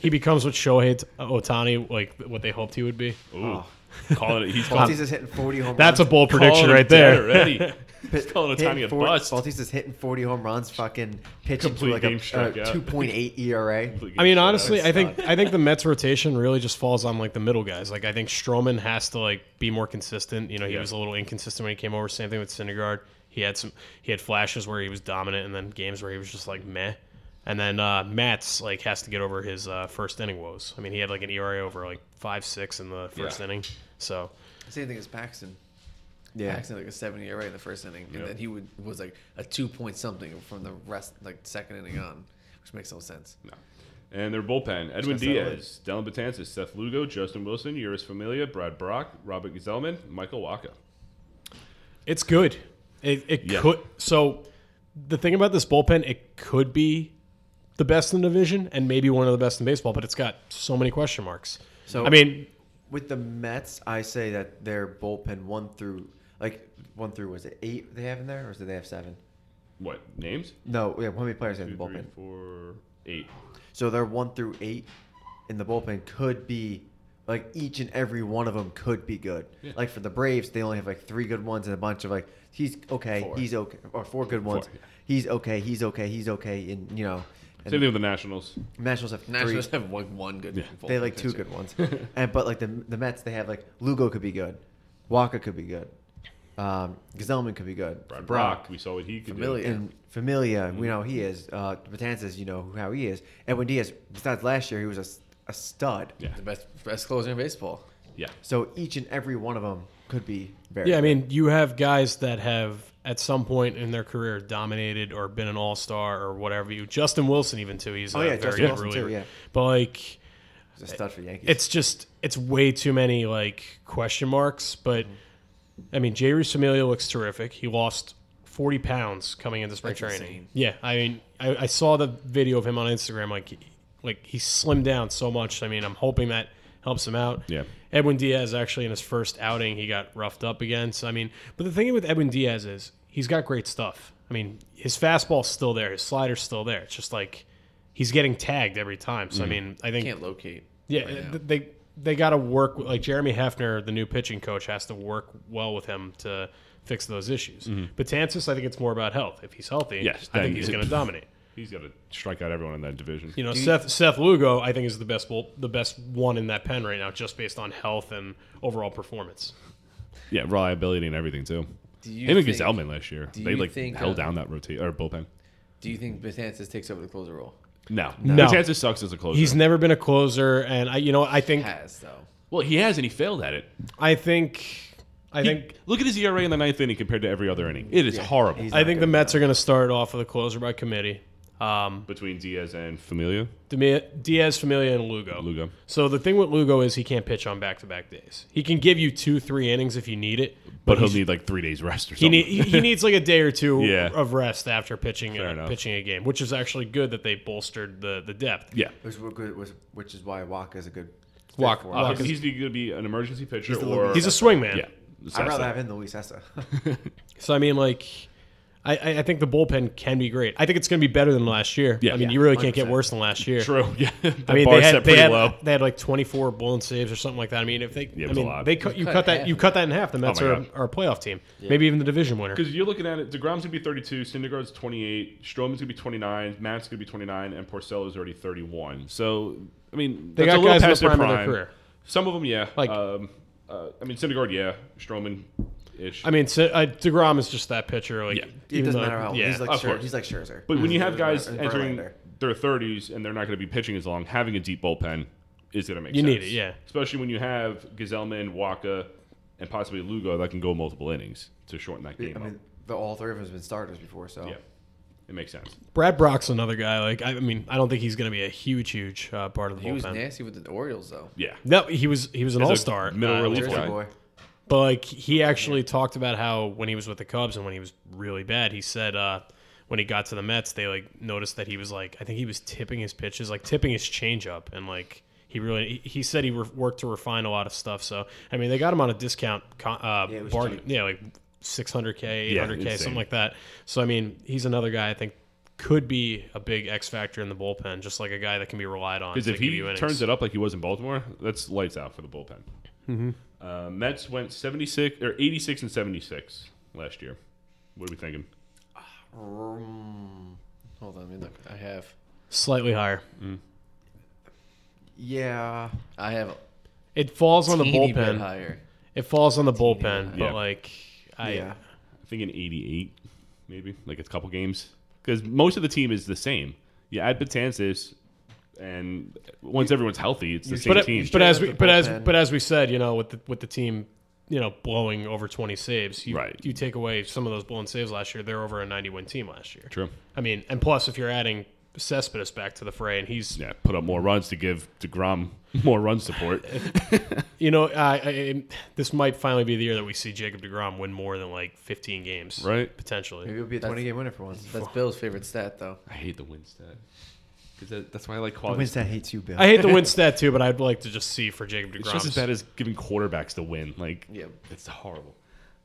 D: He becomes what Shohei Otani like what they hoped he would be.
A: Ooh. oh. [laughs] Call it. He's called
B: Bautista's hitting 40 home
D: That's a
B: runs.
D: bold prediction
A: Call it
D: right
A: dead
D: there.
A: [laughs] Already. he's
B: Hit-
A: calling it
B: hitting
A: Tiny a
B: four-
A: bust.
B: Bautista's hitting 40 home runs, fucking pitching
A: Complete
B: to like
A: game
B: a, a
A: strikeout.
B: 2.8 ERA.
A: [laughs]
D: I mean, honestly,
A: Shout
D: I think I think the Mets rotation really just falls on like the middle guys. Like I think Stroman has to like be more consistent. You know, he
A: Yeah.
D: was a little inconsistent when he came over. Same thing with Syndergaard. He had some he had flashes where he was dominant, and then games where he was just like meh. And then uh, Matts like has to get over his uh, first inning woes. I mean, he had like an ERA over like five six in the first
A: Yeah.
D: inning. So
C: Same thing as Paxton.
B: Yeah.
C: Paxton had, like a 70 ERA in the first inning,
A: Yep.
C: and then he would was like a two point something from the rest like second inning on, which makes no sense.
A: No. And their bullpen: Edwin
C: Just that
A: Diaz, Dylan Betances, Seth Lugo, Justin Wilson, Yuris Familia, Brad Brock, Robert Zellman, Michael Waka.
D: It's good. It, it
A: Yeah.
D: could. So the thing about this bullpen, it could be the best in the division and maybe one of the best in baseball, but it's got so many question marks. So
B: So-
D: I mean,
B: With the Mets, I say that their bullpen one through like one through was it eight they have in there, or did they have seven?
A: What names?
B: No, yeah, how many players have
A: Two,
B: in the
A: three,
B: bullpen?
A: four, eight.
B: So their one through eight in the bullpen could be like each and every one of them could be good. Like for the Braves, they only have like three good ones and a bunch of like he's okay, he's okay, or four good ones.
A: yeah.
B: He's okay, he's okay, he's okay, and you know, and
A: Same thing with the Nationals.
B: Nationals have three.
C: Nationals have like one good.
A: Yeah.
C: full
B: They have, like
A: [laughs]
B: two
C: pitcher.
B: good ones, and but like the the Mets, they have like Lugo could be good, Waka could be good. Um, Gazelman could be good.
A: Brad Brock, we saw what he could
C: Familiar.
A: do.
B: and Familia,
A: Mm-hmm.
B: we know how he is. Uh, Batanzas, you know how he is. Edwin Diaz, besides last year, he was a, s- a stud.
A: Yeah.
C: The best best closer in baseball.
A: Yeah.
B: So each and every one of them could be very.
D: Yeah, I mean, you have guys that have at some point in their career dominated or been an all star or whatever. You Justin Wilson even too. He's
B: Oh,
D: a
B: yeah,
D: very
B: Justin
D: good
B: Wilson, too,
D: reliever.
B: yeah.
D: But like,
B: good. He's a stud for the Yankees.
D: it's just it's way too many like question marks. But
C: Mm-hmm.
D: I mean, Jay Familia looks terrific. He lost. 40 pounds coming into spring
C: That's
D: training.
C: insane.
D: Yeah, I mean, I, I saw the video of him on Instagram. Like, he- like he slimmed down so much. I mean, I'm hoping that helps him out.
A: Yeah.
D: Edwin Diaz actually in his first outing he got roughed up again. So I mean, but the thing with Edwin Diaz is he's got great stuff. I mean, his fastball's still there, his slider's still there. It's just like he's getting tagged every time. So I mean, I think
C: Mm-hmm. Can't locate.
D: yeah,
C: right now.
D: th- they they got to work with- like Jeremy Hefner, the new pitching coach, has to work well with him to fix those issues. Batansis, I think it's more about health. If he's healthy,
A: Yes,
D: I
A: then
D: think he's
A: it-
D: going to dominate.
A: He's got to strike out everyone in that division.
D: [laughs] You know, Seth Seth Lugo, I think is the best bull, the best one in that pen right now, just based on health and overall performance.
A: Yeah, reliability and everything too.
C: Do you
A: Him and
C: think-
A: Gazelman last year,
C: do
A: they
C: you
A: like
C: think,
A: held
C: uh,
A: down that rotate or bullpen.
C: Do you think Batanzas takes over the closer role?
A: No,
D: No.
A: Batanzas sucks as a closer.
D: He's never been a closer, and I, you know,
C: [laughs]
D: I think,
C: Has though.
A: well, he has, and he failed at it.
D: I think, I
A: He-
D: think,
A: look at his ERA in the ninth inning compared to every other inning. It is horrible.
B: he's
D: I
B: not
D: think
B: good
D: the Mets are going to start off with a closer by committee. Um,
A: Between Diaz and Familia,
D: Demi- Diaz, Familia, and Lugo.
A: Lugo.
D: So the thing with Lugo is he can't pitch on back-to-back days. He can give you two, three innings if you need it,
A: but he'll
D: he's-
A: need like three days rest or
D: He,
A: something.
D: need, he he needs like a day or two
A: [laughs] Yeah.
D: of rest after pitching
A: Fair
D: uh,
A: enough.
D: pitching a game, which is actually good that they bolstered the, the depth.
A: [laughs] yeah,
B: which, were good- was- which is why Waka is a good. fit
D: Waka-
B: for him.
A: Uh,
D: Waka-
A: 'cause he's going to be an emergency pitcher
B: the
A: or
B: Luis.
D: He's a swingman.
A: yeah.
B: I'd rather have him than Luis [laughs] Essa.
D: So I mean, like, I, I I think the bullpen can be great. I think it's going to be better than last year.
A: Yeah.
D: I mean,
A: Yeah,
D: you really can't get
B: 100%.
D: worse than last year.
A: True. Yeah. That
D: I mean,
A: bar
D: they
A: set
D: had, they,
A: pretty
D: had,
A: low.
D: they had like 24 blown saves or something like that. I mean, if they,
A: Yeah, it
D: I
A: was a
D: mean,
A: lot. Oh
D: they cut you
C: cut
D: cut
C: in
D: that
C: half.
D: you cut that in half. The Mets
A: my
D: are,
A: God.
D: are a playoff team, maybe even the division winner.
A: Because you're looking at it, Degrom's gonna be 32, Syndergaard's 28, Stroman's gonna be 29, Matt's gonna be 29, and Porcello's already 31. So I mean,
D: They
A: that's
D: got
A: a little
D: guys in the
A: past their
D: prime of their career.
A: Some of them, yeah.
D: Like-
A: um, uh, I mean, Syndergaard, yeah, Stroman, ish.
D: I mean, so, uh, Degrom is just that pitcher. Like,
A: Yeah.
B: It
D: even
B: doesn't
D: though-
B: matter how.
D: Yeah.
B: he's like
A: of
B: Scher-
A: course.
B: he's like Scherzer.
A: but when you have guys
B: And
A: entering
B: uh, Verlander.
A: their 30s and they're not gonna be pitching as long, having a deep bullpen is gonna make
D: You
A: sense.
D: need it, yeah.
A: Especially when you have Gazelman, Waka, and possibly Lugo that can go multiple innings to shorten that game
B: I
A: up.
B: mean, the, all three of them have been starters before, so
A: Yeah, it makes sense.
D: Brad Brock's another guy. Like, I, I mean, I don't think he's going to be a huge, huge uh, part of the
C: He was
D: bullpen.
C: nasty with the Orioles though.
A: Yeah.
D: no, he was he was an uh,
A: As a
D: all star
A: middle relief
B: Jersey
A: guy.
B: boy.
D: But like he actually talked about how when he was with the Cubs and when he was really bad, he said uh, when he got to the Mets, they like noticed that he was like I think he was tipping his pitches, like tipping his changeup, and like he really he he said he re- worked to refine a lot of stuff. So I mean, they got him on a discount, co- uh,
B: Yeah, it was
D: bargain-
B: cheap.
D: yeah, like six hundred k, eight
A: Yeah,
D: hundred k,
A: insane.
D: something like that. So I mean, he's another guy I think could be a big X factor in the bullpen, just like a guy that can be relied on.
A: Because
D: to
A: if
D: give
A: he
D: you innings.
A: turns it up like he was in Baltimore, that's lights out for the bullpen. Uh, Mets went seventy six or eighty six and seventy six last year. What are we thinking?
B: Mm,
C: Hold on, let me look. I have
D: slightly higher,
B: yeah,
C: I have
D: it falls on the
C: teeny bit
D: bullpen.
C: higher.
D: It falls on the bullpen, but
A: Yeah.
D: like I
B: yeah.
A: I think in eighty eight, maybe like a couple games. Because most of the team is the same. You add Batansis, and once everyone's healthy, it's the same
D: but,
A: team.
D: but as
B: with
D: we
B: the
D: but as
B: bullpen.
D: but as we said, you know, with the with the team, you know, blowing over 20 saves, you
A: Right.
D: you take away some of those blown saves last year, they're over a 91 team last year.
A: True.
D: I mean, and plus if you're adding Cespedes back to the fray and he's
A: Yeah, put up more runs to give Degrom [laughs] more run [laughs] support.
D: you know, I, I this might finally be the year that we see Jacob DeGrom win more than like 15 games.
A: Right.
D: Potentially.
B: Maybe it'll be a
C: That's-
B: twenty game winner for once.
C: That's Bill's favorite stat though.
A: I hate the win stat because that, that's why I like
B: The
A: quality.
B: wins that hates you, Bill.
D: I hate
B: [laughs]
D: the win stat too, but I'd like to just see for Jacob DeGrom.
A: It's just as bad as giving quarterbacks the win. Like,
C: Yeah.
A: it's horrible.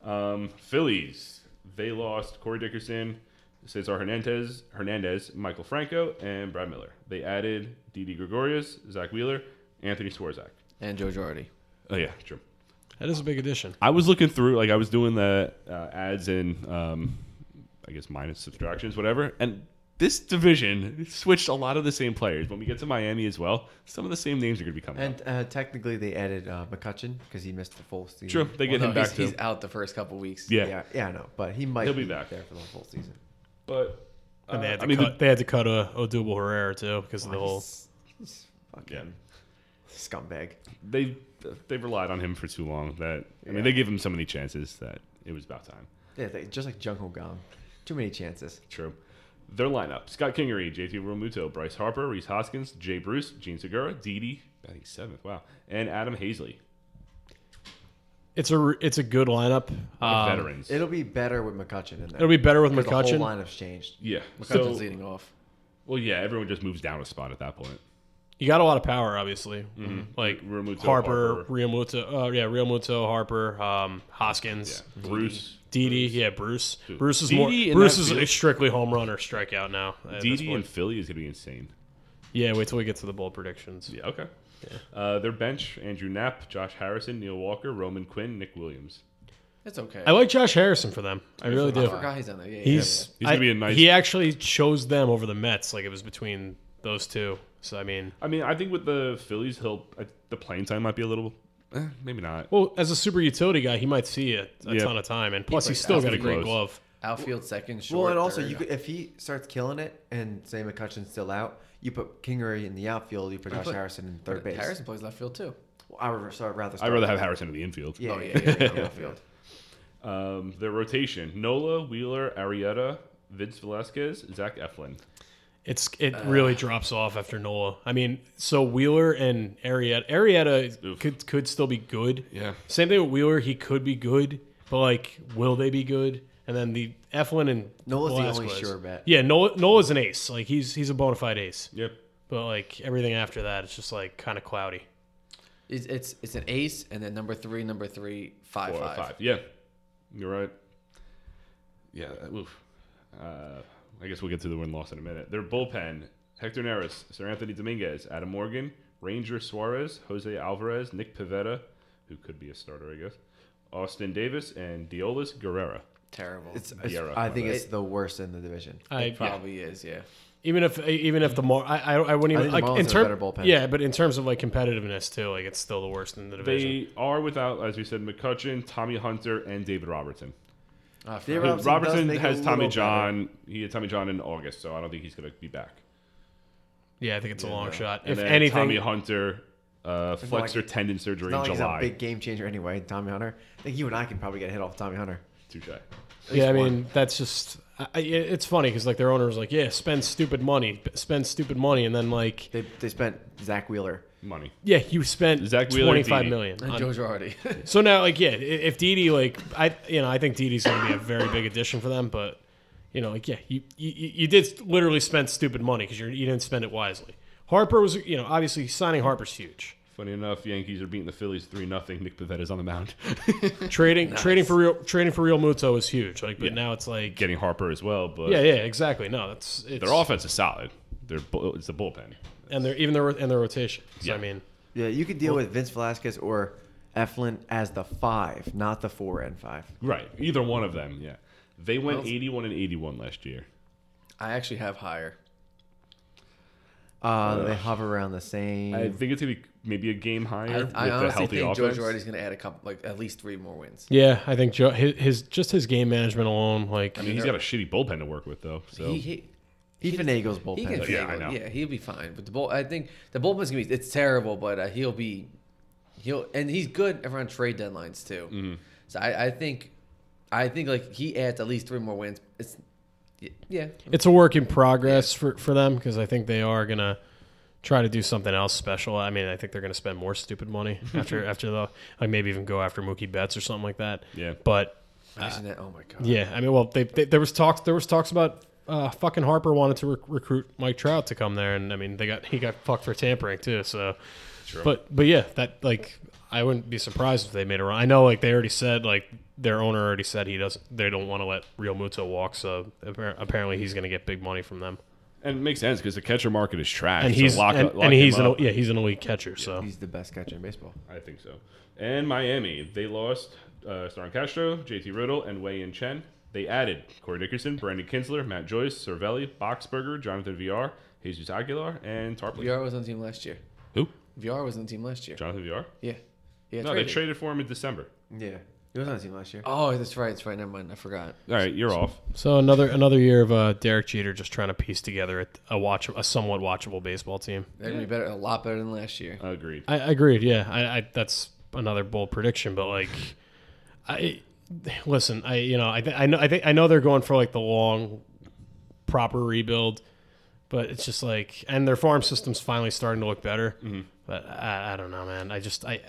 A: Um, Phillies, they lost Corey Dickerson, Cesar Hernandez, Hernandez, Michael Franco, and Brad Miller. They added Didi Gregorius, Zach Wheeler, Anthony Swarzak.
C: And Joe Girardi.
A: Oh yeah, true.
D: that is a big addition.
A: I was looking through, like I was doing the uh, ads and um, I guess minus subtractions, whatever, and this division switched a lot of the same players. When we get to Miami as well, some of the same names are going to be coming. up.
B: And uh, technically, they added uh, McCutcheon because he missed the full season.
A: True, they get
C: Well,
A: him
C: Oh, no,
A: back
C: he's,
A: too.
C: he's out the first couple weeks.
A: yeah.
B: Yeah, yeah, I know, but he might
A: He'll be
B: be,
A: back.
B: there for the whole season.
A: but uh,
D: And they had to
A: I mean,
D: cut.
A: the-
D: they had to cut a Odubel Herrera too because of the whole.
B: He's- he's fucking
A: yeah,
B: scumbag.
A: they they relied on him for too long. That I mean, they gave him so many chances that it was about time.
B: Yeah, they, just like Jung Ho Gong. Too many chances.
A: True. Their lineup: Scott Kingery, JT Romuto, Bryce Harper, Reese Hoskins, Jay Bruce, Gene Segura, Didi, I think seventh. Wow, and Adam Hazley,
D: It's a re- it's a good lineup. Um,
A: veterans.
B: It'll be better with McCutcheon in there.
D: It'll be better with
B: 'Cause The
D: McCutcheon.
B: whole lineup's changed.
A: yeah.
C: So,
A: So,
C: leading off.
A: well, yeah, everyone just moves down a spot at that point.
D: You got a lot of power, obviously. Like
A: Realmuto,
D: Harper,
A: Mm-hmm. Harper.
D: Real Muto, uh, yeah, Real Muto, Harper, um, Hoskins,
A: Yeah. Bruce,
D: Didi, yeah, Bruce. Bruce is
A: Didi
D: more.
A: in
D: Bruce
A: that
D: is
A: field-
D: a strictly home run or strikeout now. at this
A: Didi,
D: point.
A: and Philly is going to be insane.
D: yeah, wait till we get to the bold predictions.
A: Yeah, okay. Uh, their bench: Andrew Knapp, Josh Harrison, Neil Walker, Roman Quinn, Nick Williams.
C: It's okay.
D: I like Josh Harrison for them. I really
C: I
D: do.
C: forgot he's on there. Yeah, yeah,
D: He's
A: He's gonna
D: I-
A: be a nice-
D: He actually chose them over the Mets. Like it was between those two. So I mean,
A: I mean, I think with the Phillies, he'll uh, the playing time might be a little, eh, maybe not.
D: well, as a super utility guy, he might see it a
A: Yeah.
D: ton of time, and plus
C: plays
D: he's still got
A: pretty
D: a great
A: close.
D: glove.
C: yeah. outfield second, short.
B: well, and also you
C: third.
B: could, if he starts killing it and say McCutcheon's still out, you put Kingery in the outfield, you put Josh
C: put-
B: Harrison in third base.
C: Harrison plays left field too.
B: Well, I would so I'd rather.
A: I'd
B: start-
A: rather have Harrison in the infield.
B: Yeah,
C: Oh,
B: yeah,
C: yeah,
B: yeah,
A: [laughs]
C: yeah,
B: yeah,
C: yeah.
B: outfield.
A: Um, their rotation: Nola, Wheeler, Arietta, Vince Velasquez, Zach Eflin.
D: It's
B: Uh,
D: it really drops off after Nola. I mean, so Wheeler and Arietta, Arietta
A: Oof.
D: could could still be good.
A: Yeah.
D: Same thing with Wheeler. He could be good, but like, will they be good? And then the Eflin and
B: Nola's the only
D: Velasquez.
B: sure bet.
D: Yeah, Nola, Nola's an ace. Like he's he's a bona fide ace.
A: Yep.
D: But like everything after that, it's just like kind of cloudy.
C: It's, it's it's an ace, and then number three, number three, five,
A: Four
C: five.
A: or five. Yeah. You're right. Yeah. that- Oof. Uh, I guess we'll get to the win loss in a minute. Their bullpen: Hector Neris, Sir Anthony Dominguez, Adam Morgan, Ranger Suarez, Jose Alvarez, Nick Pavetta, who could be a starter, I guess. Austin Davis and Diolis Guerrera.
C: Terrible.
B: It's, it's-
A: Vieira,
B: I think
A: my
B: it's the worst in the division.
D: I
C: it probably is. Yeah.
D: even if even if the Mar, I, I I wouldn't
B: I
D: even
B: think the
D: like
B: Marlins have
D: in
B: a better
D: terms.
B: bullpen.
D: Yeah, but in terms of like competitiveness too, like it's still the worst in the division.
A: They are without, as we said, McCutcheon, Tommy Hunter, and David Robertson.
C: Uh,
B: They were-
A: Robertson,
B: Robertson does make it
A: has
B: a
A: Tommy
B: little
A: John. He had Tommy John in August, so I don't think he's going to be back.
D: yeah, I think it's a long shot.
A: And
D: If
A: then
D: anything,
A: Tommy Hunter uh, flexor
B: like-
A: tendon surgery
B: Not like
A: in
B: he's a
A: July.
B: big game changer anyway. Tommy Hunter. I think you and I can probably get hit off Tommy Hunter.
A: Touche.
D: yeah, I mean that's just. I, I- it's funny because like their owner was like, yeah, spend stupid money, spend stupid money, and then like,
B: They, they spent Zach Wheeler.
A: Money.
D: yeah, you spent
A: Zach Wheeler, E.
D: twenty five
A: Didi.
D: million.
C: and
D: on-
C: Joe Girardi.
D: so now like yeah, i- if Didi like I you know I think Didi's gonna be a very big addition for them, but you know like yeah, you you, you you did literally spend stupid money because you you didn't spend it wisely. Harper was you know obviously signing Harper's huge.
A: Funny enough, Yankees are beating the Phillies three 0 Nick Pavetta's on the mound, [laughs]
D: Trading trading for real trading for real Muto is huge. Like, but
A: Yeah.
D: now it's like
A: getting Harper as well. But
D: yeah, yeah, exactly. No, that's it's,
A: their offense is solid. Their bu- it's the bullpen.
D: and their even their and their rotation. So
A: Yeah.
D: I mean,
B: Yeah, you could deal with Vince Velasquez or Eflin as the five, not the four and five.
A: Right. Either one of them. Yeah. They went 81 and 81 last year.
C: [laughs] I actually have higher.
B: Uh, they hover around the same.
A: I think it's gonna be maybe a game
C: I,
A: higher
C: I
A: with the
C: honestly
A: healthy
C: think
A: offense.
C: Joe Girardi's going to add a couple, like at least three more wins.
D: yeah, I think Joe his, his just his game management alone, like
A: I mean, he's got a shitty bullpen to work with though. So
C: He, he,
B: he finagles bullpen.
C: he can
A: Oh, Yeah,
C: finagle.
A: I know.
C: yeah, he'll be fine. But the bull, I think the bullpen's gonna be it's terrible, but uh, he'll
A: Ah.
C: be he'll and he's good around trade deadlines too. So I, I think I think like he adds at least three more wins. It's yeah,
D: it's a work in progress for, for them because I think they are gonna try to do something else special. I mean, I think they're gonna spend more stupid
A: [laughs]
D: money after after the like maybe even go after Mookie Betts or something like that.
A: Yeah.
D: but
C: Imagine that. Oh my god.
D: yeah, I mean, well, they, they there was talks there was talks about uh, fucking Harper wanted to rec- recruit Mike Trout to come there, and I mean they got he got fucked for tampering too. So, but but yeah, that like I wouldn't be surprised if they made a run. I know like they already said like their owner already said he doesn't they don't want to let Real Muto walk, so appar- apparently he's gonna get big money from them.
A: and it makes sense because the catcher market is trash.
D: and
A: so
D: he's
A: lock,
D: and,
A: lock
D: and
A: him
D: he's an,
A: up.
D: yeah he's an elite catcher. So
B: He's the best catcher in baseball.
A: I think so. And Miami, they lost uh, Starn Castro, JT Riddle, and Wei Yin Chen. They added Corey Dickerson, Brandon Kinsler, Matt Joyce, Cervelli, Boxberger, Jonathan VR, Jesus Aguilar, and Tarpley.
C: VR was on the team last year.
A: Who?
C: VR was on the team last year.
A: Jonathan VR?
C: Yeah. Yeah.
A: No, they traded for him in December.
B: Yeah. He was on the team last year.
C: Oh, that's right. That's right. Never mind. I forgot.
A: All right, you're off.
D: So another another year of uh, Derek Jeter just trying to piece together a, a watch a somewhat watchable baseball team.
C: They're gonna be better, a lot better than last year.
A: Agreed.
D: I I agreed. Yeah, I, I that's another bold prediction, but like, I listen. I you know I th- I know I think I know they're going for like the long, proper rebuild, but it's just like and their farm system's finally starting to look better. But I, I don't know, man. I just I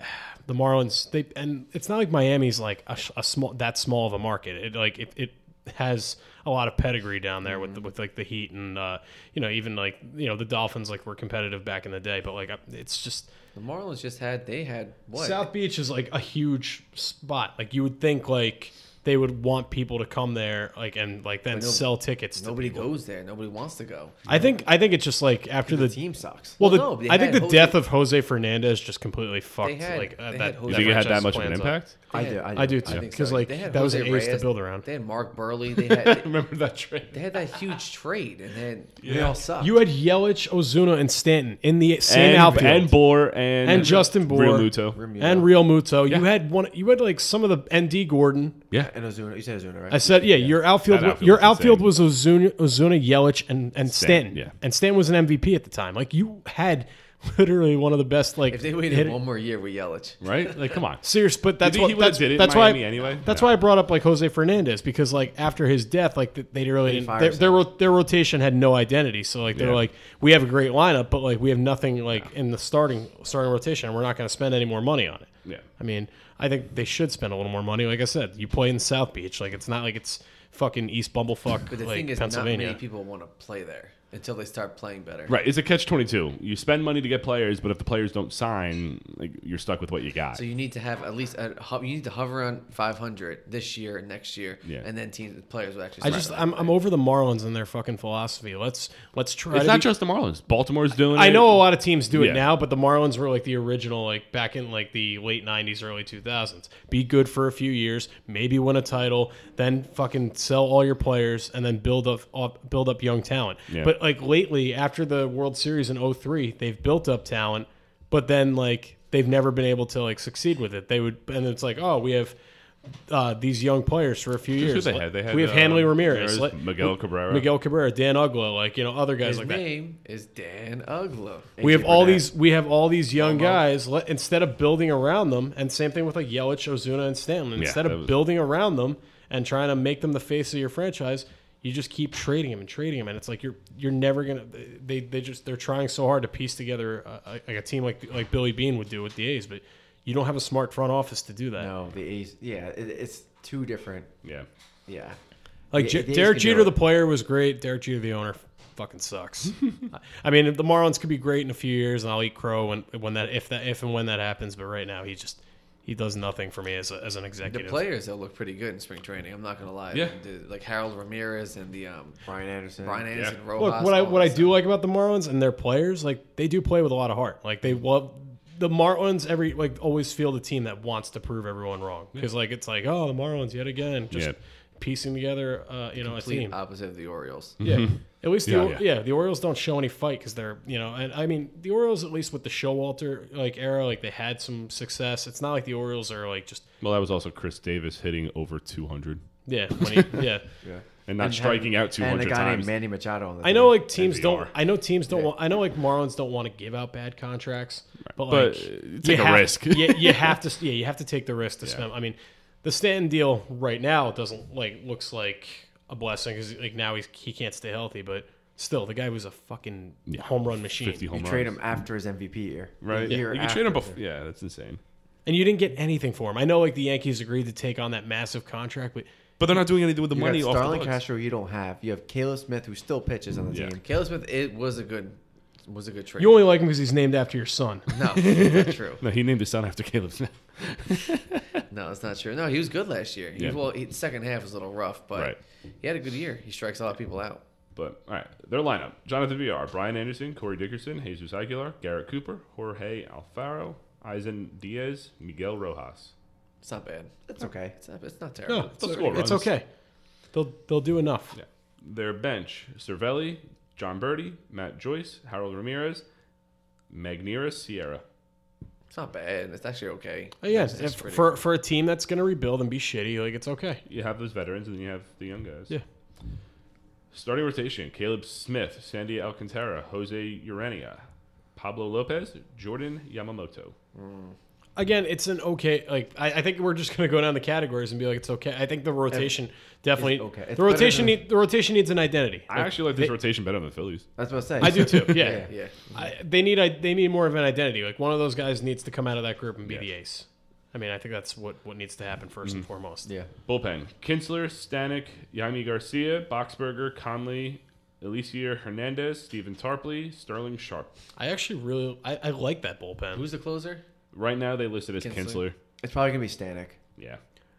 D: the Marlins they and it's not like Miami's like a, sh- a small that small of a market. It like it. it has a lot of pedigree down there with the, with like the Heat and uh, you know even like you know the Dolphins like were competitive back in the day, but like I- it's just
C: The Marlins just had they had what?
D: South Beach is like a huge spot. Like you would think, like they would want people to come there, like and like then
C: no-
D: sell tickets. To
C: Nobody
D: people.
C: goes there. Nobody wants to go.
D: I think I think it's just like after the,
B: The team sucks.
D: well, the,
C: Well, no, they
D: I think
C: had
D: the
C: Jose-
D: death of Jose Fernandez just completely fucked.
C: had-
D: like uh,
C: they
D: that,
C: had Jose-
A: You think it had
D: franchise
A: that much of an
D: plans up.
A: impact?
B: I
C: Yeah.
B: do. I do.
D: I do
C: I
D: too,
C: think
D: because
C: so.
D: like
C: They had
D: that was an
C: Jose
D: ace to
C: Reyes.
D: build around.
C: They had Mark Burley. They
D: [laughs]
A: [laughs]
C: had
A: Remember that trade?
C: they had that huge trade, and then they all sucked.
D: You had Yelich, Ozuna, and Stanton in the same
A: and,
D: outfield,
A: and Bohr and,
D: And Justin Bohr.
A: Real Muto.
B: Real Muto.
D: and Real Muto. You had one. You had like some of the ND Gordon.
A: Yeah.
B: And Ozuna. You said Ozuna, right?
D: I said, yeah, your outfield,
A: That outfield
D: your
A: was
D: outfield was Ozuna, Ozuna, Yelich, and and Stanton.
A: yeah.
D: and Stanton was an MVP at the time. Like you had [laughs] literally one of the best. Like
C: if they waited
D: hit-
C: one more year with Yelich,
A: Right? Like, come on.
D: serious, but that's
A: think
D: what
A: he would've
D: that's,
A: did it in
D: that's
A: Miami
D: why
A: anyway?
D: That's
A: No.
D: why I brought up like Jose Fernandez because like after his death, like th- they really didn't,
B: fires
D: their
B: him.
D: their, ro- their rotation had no identity. So like they're
A: Yeah.
D: like we have a great lineup, but like we have nothing like in the starting starting rotation. and We're not going to spend any more money on it.
A: Yeah.
D: I mean, I think they should spend a little more money. Like I said, you play in South Beach. Like it's not like it's fucking East Bumblefuck,
C: but the
D: like
C: thing is, not
D: Pennsylvania.
C: many people want to play there until they start playing better.
A: Right. It's a catch 22. You spend money to get players, but if the players don't sign, like, you're stuck with what you got.
C: So you need to have at least a, ho- you need to hover around 500 this year and next year,
A: Yeah.
C: and then teams players will actually.
D: I
C: start
D: just
C: playing.
D: I'm, I'm over the Marlins and their fucking philosophy. Let's let's try.
A: it's
D: to
A: not
D: be-
A: just the Marlins. Baltimore's doing
D: I
A: it.
D: know a lot of teams do it
A: Yeah.
D: now, but the Marlins were like the original, like back in like the late '90s, early 2000s. Be good for a few years, maybe win a title, then fucking sell all your players, and then build up, up build up young talent.
A: Yeah.
D: But like lately, after the World Series in 03, they've built up talent, but then like they've never been able to like succeed with it. They would, and it's like, oh, we have. Uh, these young players for a few
A: Who's
D: years.
A: who they had? They had,
D: we have
A: uh,
D: Hanley Ramirez,
A: Ramirez,
D: Let-
A: Miguel Cabrera.
D: Miguel Cabrera, Dan Ugla, like you know other guys
C: His
D: like that
C: name is Dan Uglow.
D: we have
B: Keeper
D: all
B: now.
D: these we have all these young guys let, instead of building around them and same thing with like Yelich, Ozuna and Stanton
A: Yeah,
D: instead
A: that
D: of
A: was-
D: building around them and trying to make them the face of your franchise you just keep trading them and trading them and it's like you're you're never going to they they just they're trying so hard to piece together a, like a team like like Billy Bean would do with the A's but you don't have a smart front office to do that.
B: No, the A's. Yeah, it, it's two different.
A: Yeah.
B: Yeah.
D: Like
B: The-
D: J
B: the A's
D: Derek
B: can do
D: Jeter,
B: it.
D: the player, was great. Derek Jeter, the owner,
C: [laughs]
D: fucking sucks. I mean, the Marlins could be great in a few years, and I'll eat crow when when that if that if and when that happens. But right now, he just he does nothing for me as a, as an
C: The
D: executive.
C: players that look pretty good in spring training. I'm not gonna lie.
A: Yeah.
C: The- like Harold Ramirez and the um,
B: Brian Anderson.
C: Brian Anderson,
A: Yeah.
C: Rojas.
D: Look, what I
C: all
D: what I
C: that
D: do like about the Marlins and their players, like they do play with a lot of heart. Like they love the Marlins. Every like always feel the team that wants to prove everyone wrong because like it's like oh the Marlins yet again just
A: Yeah.
D: piecing together uh, you know a
C: complete
D: team.
C: opposite of the Orioles.
D: Yeah. At least the
A: Yeah,
D: yeah,
A: yeah.
D: yeah. the Orioles don't show any fight because they're you know and I mean the Orioles at least with the Showalter like era like they had some success. It's not like the Orioles are like just
A: Well, that was also Chris Davis hitting over 200
D: yeah
A: [laughs]
D: when he, yeah.
B: Yeah.
A: and not striking out 200
B: And a guy
A: times.
B: named Manny Machado. On the
D: I know
B: team.
D: like teams don't
A: NVR.
D: I know teams don't want I know like Marlins don't want to give out bad contracts but
A: But,
D: like
A: uh,
D: you
A: take a
D: have-
A: risk.
D: you,
A: [laughs]
D: you have to yeah you have to take the risk to spend. I mean the Stanton deal right now doesn't like looks like a blessing because like now he's he can't stay healthy but still the guy was a fucking home run machine
A: 50 home
B: you trade
A: runs.
B: him after his MVP year. The
A: Right.
B: year
A: you can trade him
B: after.
A: before. Yeah, that's insane.
D: And you didn't get anything for him. I know like the Yankees agreed to take on that massive contract, but
A: But they're not doing anything with the
B: You
A: money
B: got
A: off
B: Starlin
A: the books.
B: Castro, you don't have. You have Caleb Smith, who still pitches on the
A: Yeah.
B: team.
C: Caleb Smith, it was a good, was a good trade.
D: you only like him because he's named after your son.
A: [laughs]
C: no, that's not true.
A: No, he named his son after Caleb Smith.
C: No, that's not true. No, he was good last year. He,
A: Yeah.
C: Well, he, second half was a little rough, but
A: Right.
C: he had a good year. He strikes a lot of people out.
A: But all right, their lineup: Jonathan VR, Brian Anderson, Corey Dickerson, Jesus Aguilar, Garrett Cooper, Jorge Alfaro, Eisen Diaz, Miguel Rojas.
C: It's not bad.
B: It's okay.
C: It's not, it's not
D: No,
C: terrible.
D: it's,
A: Let's go,
D: it's
A: Runs.
D: okay. They'll they'll do enough.
A: Yeah. Their bench: Cervelli, John Birdie, Matt Joyce, Harold Ramirez, Magnera Sierra.
C: It's not bad. It's actually okay.
D: Uh, yeah,
C: It's- it's
D: if-
C: pretty-
D: for for a team that's gonna rebuild and be shitty, like it's okay.
A: You have those veterans, and then you have the young guys.
D: Yeah.
A: Starting rotation: Caleb Smith, Sandy Alcantara, Jose Urania, Pablo Lopez, Jordan Yamamoto.
D: Again, it's an okay. Like I, I think we're just gonna go down the categories and be like it's okay. I think the rotation definitely.
B: okay. It's
D: The
B: better
D: rotation
B: than-
D: need, the rotation needs an identity.
A: I actually like this rotation better than the Phillies.
B: That's what I say.
D: I do too. Yeah.
C: Yeah.
D: I, they need a, they need more of an identity. Like one of those guys needs to come out of that group and be the ace. I mean, I think that's what what needs to happen 1st and foremost.
B: Yeah.
A: Bullpen: Kinsler, Stanek, Jaime Garcia, Boxberger, Conley, Alicia Hernandez, Stephen Tarpley, Sterling Sharp.
D: I actually really I, I like that bullpen.
C: Who's the closer?
A: Right now, they listed as Kinsler.
C: Kinsler.
B: It's probably gonna be Stanek.
A: Yeah.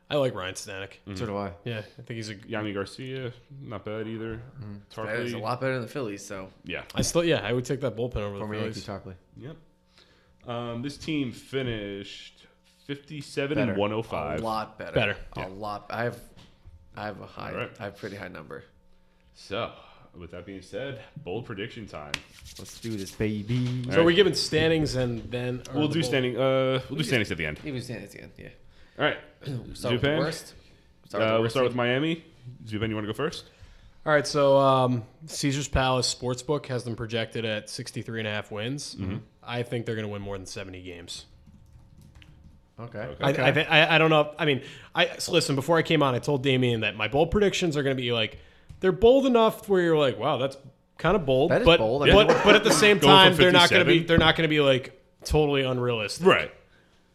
D: I like Ryan Stanek.
A: Mm-hmm.
B: So do I.
D: Yeah, I think he's a.
A: Yami Garcia, not bad either.
C: Mm-hmm. That
A: Tarpley,
C: is a lot better than the Phillies. So
A: yeah.
D: I still yeah I would take that bullpen over the
B: Former Yankee
D: Phillies.
B: Tarpley.
A: Yep. Um, this team finished 57 and
B: Better.
C: a
A: 105.
C: lot better.
D: Better.
C: A lot. I have, I have a high.
A: Alright.
C: I have a pretty high number.
A: So, with that being said, bold prediction time.
B: Let's do this, baby.
D: So are we giving standings and then or
A: We'll
D: the
A: do
D: bull-
A: standing. Uh, we'll do standings at the end.
C: Even San again. Yeah.
A: All right.
C: [clears throat] Start with the
A: Zupan.
C: worst. Start with
A: Uh,
C: the
A: we'll
C: worst
A: start with
C: team.
A: Miami. Zuben, you want to go first?
D: All right, so um, Caesar's Palace Sportsbook has them projected at 63 and a half wins.
A: Mm-hmm.
D: I think they're going to win more than 70 games.
B: Okay.
A: Okay.
D: I, I, th- I, I don't know. If, I mean, I so listen, before I came on, I told Damien that my bold predictions are going to be like, they're bold enough where you're like, wow, that's kind of bold.
B: That is
D: but,
B: bold. I mean,
D: But,
B: what-
D: but at the same
A: Going from
D: time, they're not going to be,
A: 57?
D: they're not going to be like totally unrealistic.
A: Right.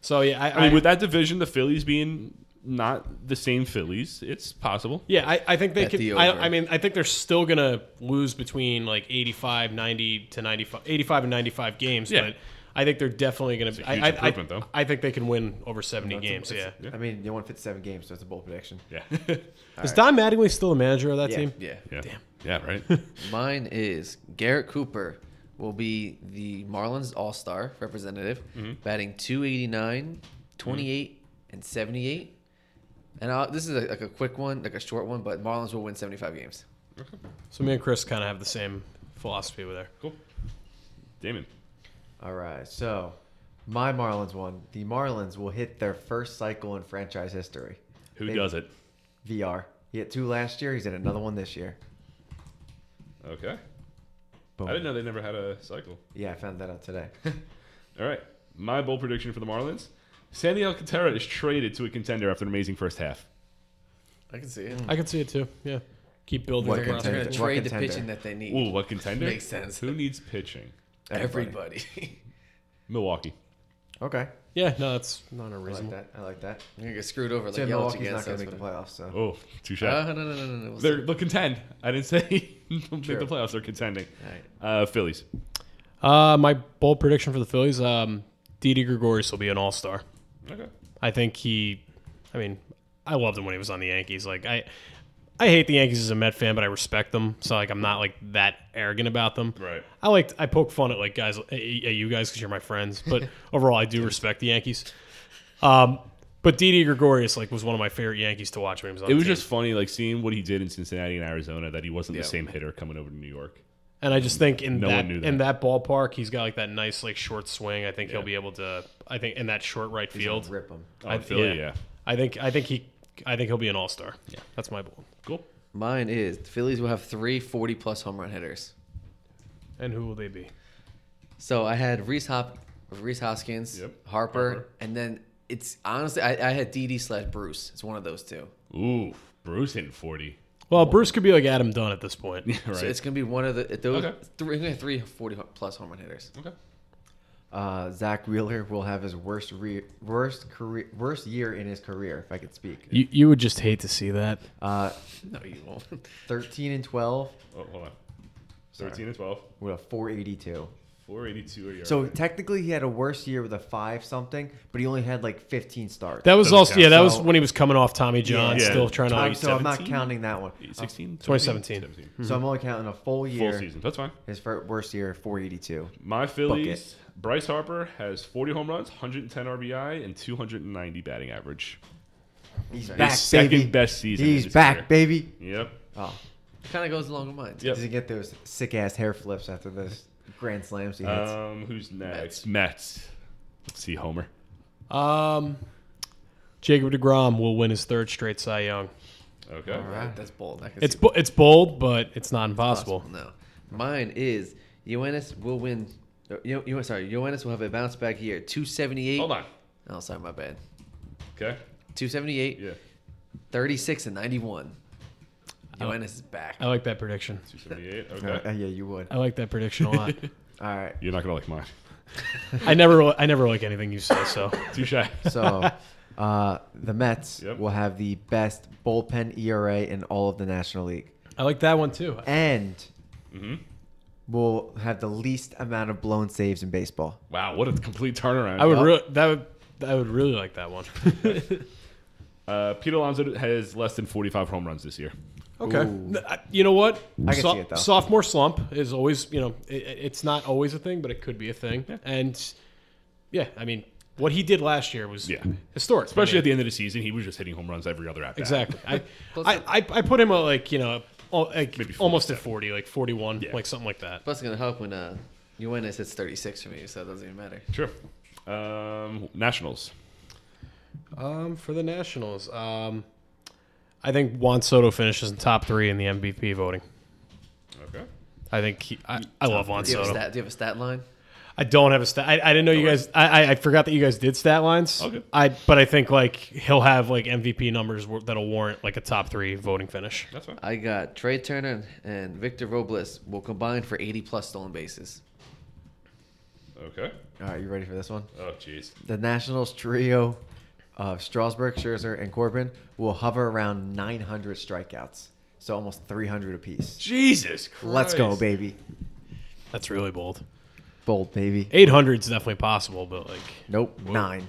D: So yeah, I,
A: I mean, with that division, the Phillies being not the same Phillies, it's possible.
D: Yeah, I, I think they
C: Bet
D: could.
C: the over.
D: I, I mean, I think they're still going to lose between like 85, 90 to 95, 85 and 95 games.
A: Yeah.
D: But I think they're definitely going to be.
A: a huge
D: I, I,
A: improvement,
D: I,
A: though.
D: I think they can win over 70 games. yeah.
B: I mean, they won 57 games, so it's a bold prediction.
A: Yeah.
D: Is Don Mattingly still a manager of that
B: Yeah.
D: team?
C: Yeah.
A: [laughs] yeah. Yeah, right?
C: Mine is Garrett Cooper will be the Marlins All Star representative, batting 289, 28, and 78. And I'll, this is a, like a quick one, like a short one, but Marlins will win 75 games.
D: So me and Chris kind of have the same philosophy with there.
A: cool. Damon.
B: All right. So, my Marlins won. The Marlins will hit their first cycle in franchise history.
A: Who
B: They-
A: does it?
B: VR. He hit two last year. He's at another one this year.
A: Okay.
B: Boom.
A: I didn't know they never had a cycle.
B: Yeah, I found that out today. [laughs]
A: All right. My bold prediction for the Marlins Sandy Alcantara is traded to a contender after an amazing first half.
C: I can see it.
D: I can see it too. Yeah. Keep building.
B: What
D: the
C: Hmm. They're going
D: roster.
B: contender?
C: to
B: What
C: trade the
B: contender?
C: pitching that they need.
A: Ooh, what contender?
C: Makes sense.
A: Who needs pitching?
C: Everybody. [laughs]
A: Milwaukee.
B: Okay.
D: Yeah, no, that's not
B: I like
D: unreasonable.
B: that. I like that.
C: You're going to get screwed over like
B: So
C: Yelich
B: Milwaukee's
C: again.
B: not
C: so
B: going to
C: that's
B: make the
C: what-
B: playoffs, so.
A: Oh, touche.
C: Uh, no, no, no, no, no. We'll see.
A: they're, they contend. I didn't say [laughs] they'll make the
B: True.
A: playoffs. They're contending.
C: Alright.
A: Uh, Phillies.
D: Uh, my bold prediction for the Phillies: um, Didi Gregorius will be an All Star.
A: Okay.
D: I think he, I mean, I loved him when he was on the Yankees. Like I, I hate the Yankees as a Met fan, but I respect them. So like I'm not like that arrogant about them.
A: Right.
D: I like I poke fun at like guys, at you guys because you're my friends.
A: [laughs]
D: But overall, I do respect the Yankees. Um, but Didi Gregorius like was one of my favorite Yankees to watch when he was on.
A: It
D: the
A: was
D: team.
A: just funny, like seeing what he did in Cincinnati and Arizona, that he wasn't
C: Yeah.
A: the same hitter coming over to New York.
D: And I just think in
A: No
D: that,
A: one knew
D: in
A: that.
D: that ballpark, he's got like that nice like short swing. I think he'll be able to. I think in that short right field,
B: Rip them.
A: Oh,
D: I,
A: Philly, yeah.
D: I think I think he I think he'll be an all star. Yeah, that's my bold.
A: Cool.
C: Mine is the Phillies will have three 40 plus home run hitters.
D: And who will they be?
C: So I had Reese Hop, Reese Hoskins,
A: Yep,
C: Harper,
A: Harper.
C: and then it's honestly I, I had DD slash Bruce. It's one of those two.
A: Ooh, Bruce hitting 40.
D: Well, Bruce could be like Adam Dunn at this [laughs] point.
A: right.
C: So it's gonna be one of the those
A: Okay.
C: three. We have three 40 plus home run hitters.
A: okay.
B: Uh, Zach Wheeler will have his worst re- worst career worst year in his career, if I could speak.
D: You, you would just hate to see that.
B: Uh,
C: No, you won't. [laughs]
B: 13 and 12
A: Oh, hold on. 13 and 12.
B: with a 482.
A: 482 a yard.
B: So technically, he had a worse year with a five something, but he only had like 15 starts.
D: That was
A: Doesn't
D: also
A: count.
D: yeah. That was
B: So-
D: when he was coming off Tommy John,
A: Yeah.
D: still trying to.
A: Tommy-
B: I'm, so I'm not
A: 17?
B: counting that one.
A: 16?
D: 2017.
B: So I'm only counting a full
A: Full
B: year.
A: season. That's fine.
B: His fir- worst year, 482.
A: My Phillies, Bryce Harper has 40 home runs, 110 RBI, and 290 batting average.
B: He's
A: His
B: back,
A: second
B: baby.
A: best season. in
B: He's
A: his
B: back,
A: career.
B: baby.
A: Yep.
B: Oh,
C: Kind of goes along with mine.
A: Yep.
B: does he get those sick ass hair flips after those grand slams he hits?
A: Um, who's next? Mets. Let's see Homer.
D: Um, Jacob Degrom will win his third straight Cy Young.
A: Okay.
C: All right, that's bold. I can
D: It's
C: see
D: bo- it's bold, but it's not impossible.
C: possible. No, mine is Ioannis will win. You, you sorry, Ioannis will have a bounce back year. Two seventy eight.
A: Hold on.
C: Oh, sorry, my bad.
A: Okay.
C: Two seventy eight.
A: Yeah.
C: 36 and 91.
D: Oh.
C: Ioannis is back.
D: I like that prediction.
A: 278.
B: Uh,
A: Okay.
B: yeah, you would.
D: I like that prediction a [laughs] lot.
B: All right.
A: You're not gonna like mine.
D: I never really- I never like anything you say. So
A: Too shy. [laughs]
B: So uh, the Mets
A: Yep.
B: will have the best bullpen ERA in all of the National League,
D: I like that one too.
B: and
A: Mm-hmm.
B: will have the least amount of blown saves in baseball.
A: wow, what a complete turnaround.
D: I would really that would I would really like that [laughs] one.
A: Uh, Pete Alonso has less than 45 home runs this year.
D: Okay.
B: Ooh.
D: N- I- You know what?
B: I can see it, though.
D: Sophomore slump is always, you know, i i- it's not always a thing, but it could be a thing. And yeah, I mean, what he did last year was
A: Yeah.
D: historic.
A: Especially
D: I
A: at the end of the season, he was just hitting home runs every other at bat.
D: exactly. I,
B: [laughs]
C: Plus-
D: I, I I put him at like you know, al- like
A: Maybe 40,
D: almost at forty, like forty one,
A: Yeah.
D: like something like that.
C: Plus, it's going to help when uh, Ioannis hits 36 for me, so it doesn't even matter.
A: Sure. Um, Nationals.
D: Um, for the Nationals, um, I think Juan Soto finishes in top three in the MVP voting.
A: Okay.
D: I think he, I, I love Juan
C: Do you, have a
D: Soto.
C: stat, do you have a stat line?
D: I don't have a stat. I, I didn't know you
A: worry.
D: guys. I, I I forgot that you guys did stat lines.
A: Okay.
D: I but I think like he'll have like MVP numbers wor- that'll warrant like a top three voting finish.
A: That's fine.
C: I got Trey Turner and Victor Robles will combine for 80 plus stolen bases.
A: Okay.
B: All right, you ready for this one?
A: Oh, jeez.
B: The Nationals trio of Strasburg, Scherzer, and Corbin will hover around 900 strikeouts, so almost 300 apiece.
A: Jesus Christ.
B: Let's go, baby.
D: That's really bold.
B: Bold, baby.
D: Eight hundred is definitely possible, but like
B: Nope, nine.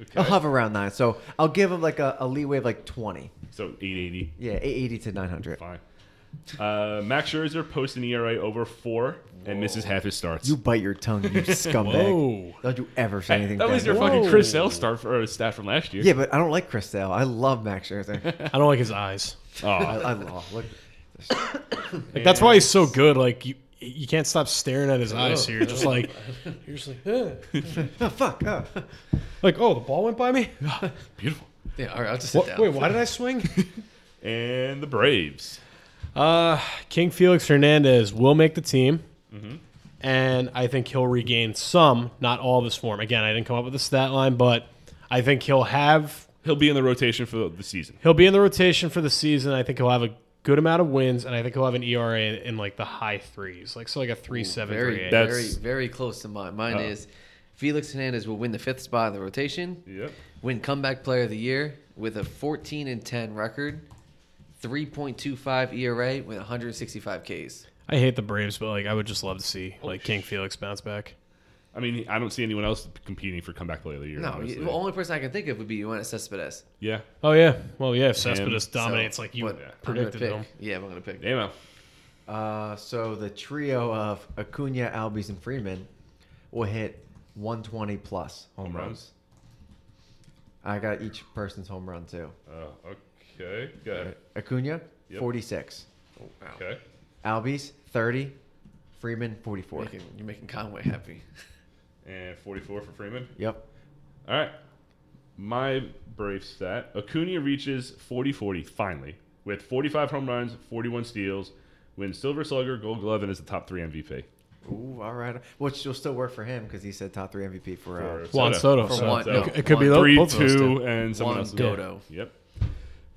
A: Okay.
B: I'll hover around nine, so I'll give him like a, a leeway of like 20.
A: So 880.
B: Yeah, 880 to 900.
A: Fine. Uh, Max Scherzer posts an ERA over four and misses half his starts.
B: You bite your tongue, you [laughs] scumbag.
D: Whoa.
B: Don't you ever say anything.
A: that was your
B: bad.
A: fucking Chris Sale start for, or stat from last year.
B: Yeah, but I don't like Chris Sale. I love Max [laughs] Scherzer.
D: I don't like his eyes.
B: I,
A: Aw.
B: I love. Look,
D: Like that's why he's so good. Like you, you can't stop staring at his eyes. So you're just like, you're just like, "Ugh."
B: oh, fuck. Oh.
D: like oh, the ball went by me.
A: beautiful.
C: Yeah, all right, I'll just sit
D: What,
C: down.
D: wait, why did I swing?
A: And the Braves.
D: Uh, King Felix Hernandez will make the team,
C: Mm-hmm.
D: and I think he'll regain some, not all of his form. Again, I didn't come up with a stat line, but I think he'll have
A: He'll be in the rotation for the season.
D: he'll be in the rotation for the season. I think he'll have a good amount of wins, and I think he'll have an ERA in, in like the high threes, like so like a three seven
C: Very,
D: three eight. Oh.
A: That's-
C: very, very close to mine. Mine is Felix Hernandez will win the fifth spot in the rotation,
A: Yep.
C: win comeback player of the year with a 14 and 10 [laughs] record, 3.25 ERA E with 165 Ks.
D: I hate the Braves, but like I would just love to see like King Felix bounce back.
A: I mean, I don't see anyone else competing for comeback player of the year.
C: No,
A: honestly.
C: the only person I can think of would be Juan Cespedes.
A: yeah.
D: Oh yeah, well yeah, if Cespedes dominates
C: So,
D: like you
C: but I'm
D: predicted
C: gonna
D: him.
C: pick- Yeah, I'm gonna pick.
A: Damo.
B: Uh, so the trio of Acuna, Albies, and Freeman will hit 120 plus home,
A: Home
B: runs.
A: runs.
B: I got each person's home run too.
A: Oh, okay. Good.
B: Acuna,
A: Yep.
B: 46.
A: Okay.
B: Albies, 30. Freeman, 44.
C: Making, you're making Conway
D: [laughs]
C: happy.
A: And 44 for Freeman.
B: Yep.
A: All right. My brave stat Acuna reaches 40 40 finally with 45 home runs, 41 steals, wins Silver Slugger, Gold Glove, and is the top three MVP.
B: Ooh, all right. Which will still work for him because he said top three MVP for. Uh,
D: Juan Soto.
C: For
D: so
C: one-
D: it-
C: no,
D: it could be
C: one-
A: Three,
D: both of those two.
A: two, and someone
C: Juan
A: else.
C: Goto.
A: Yep. But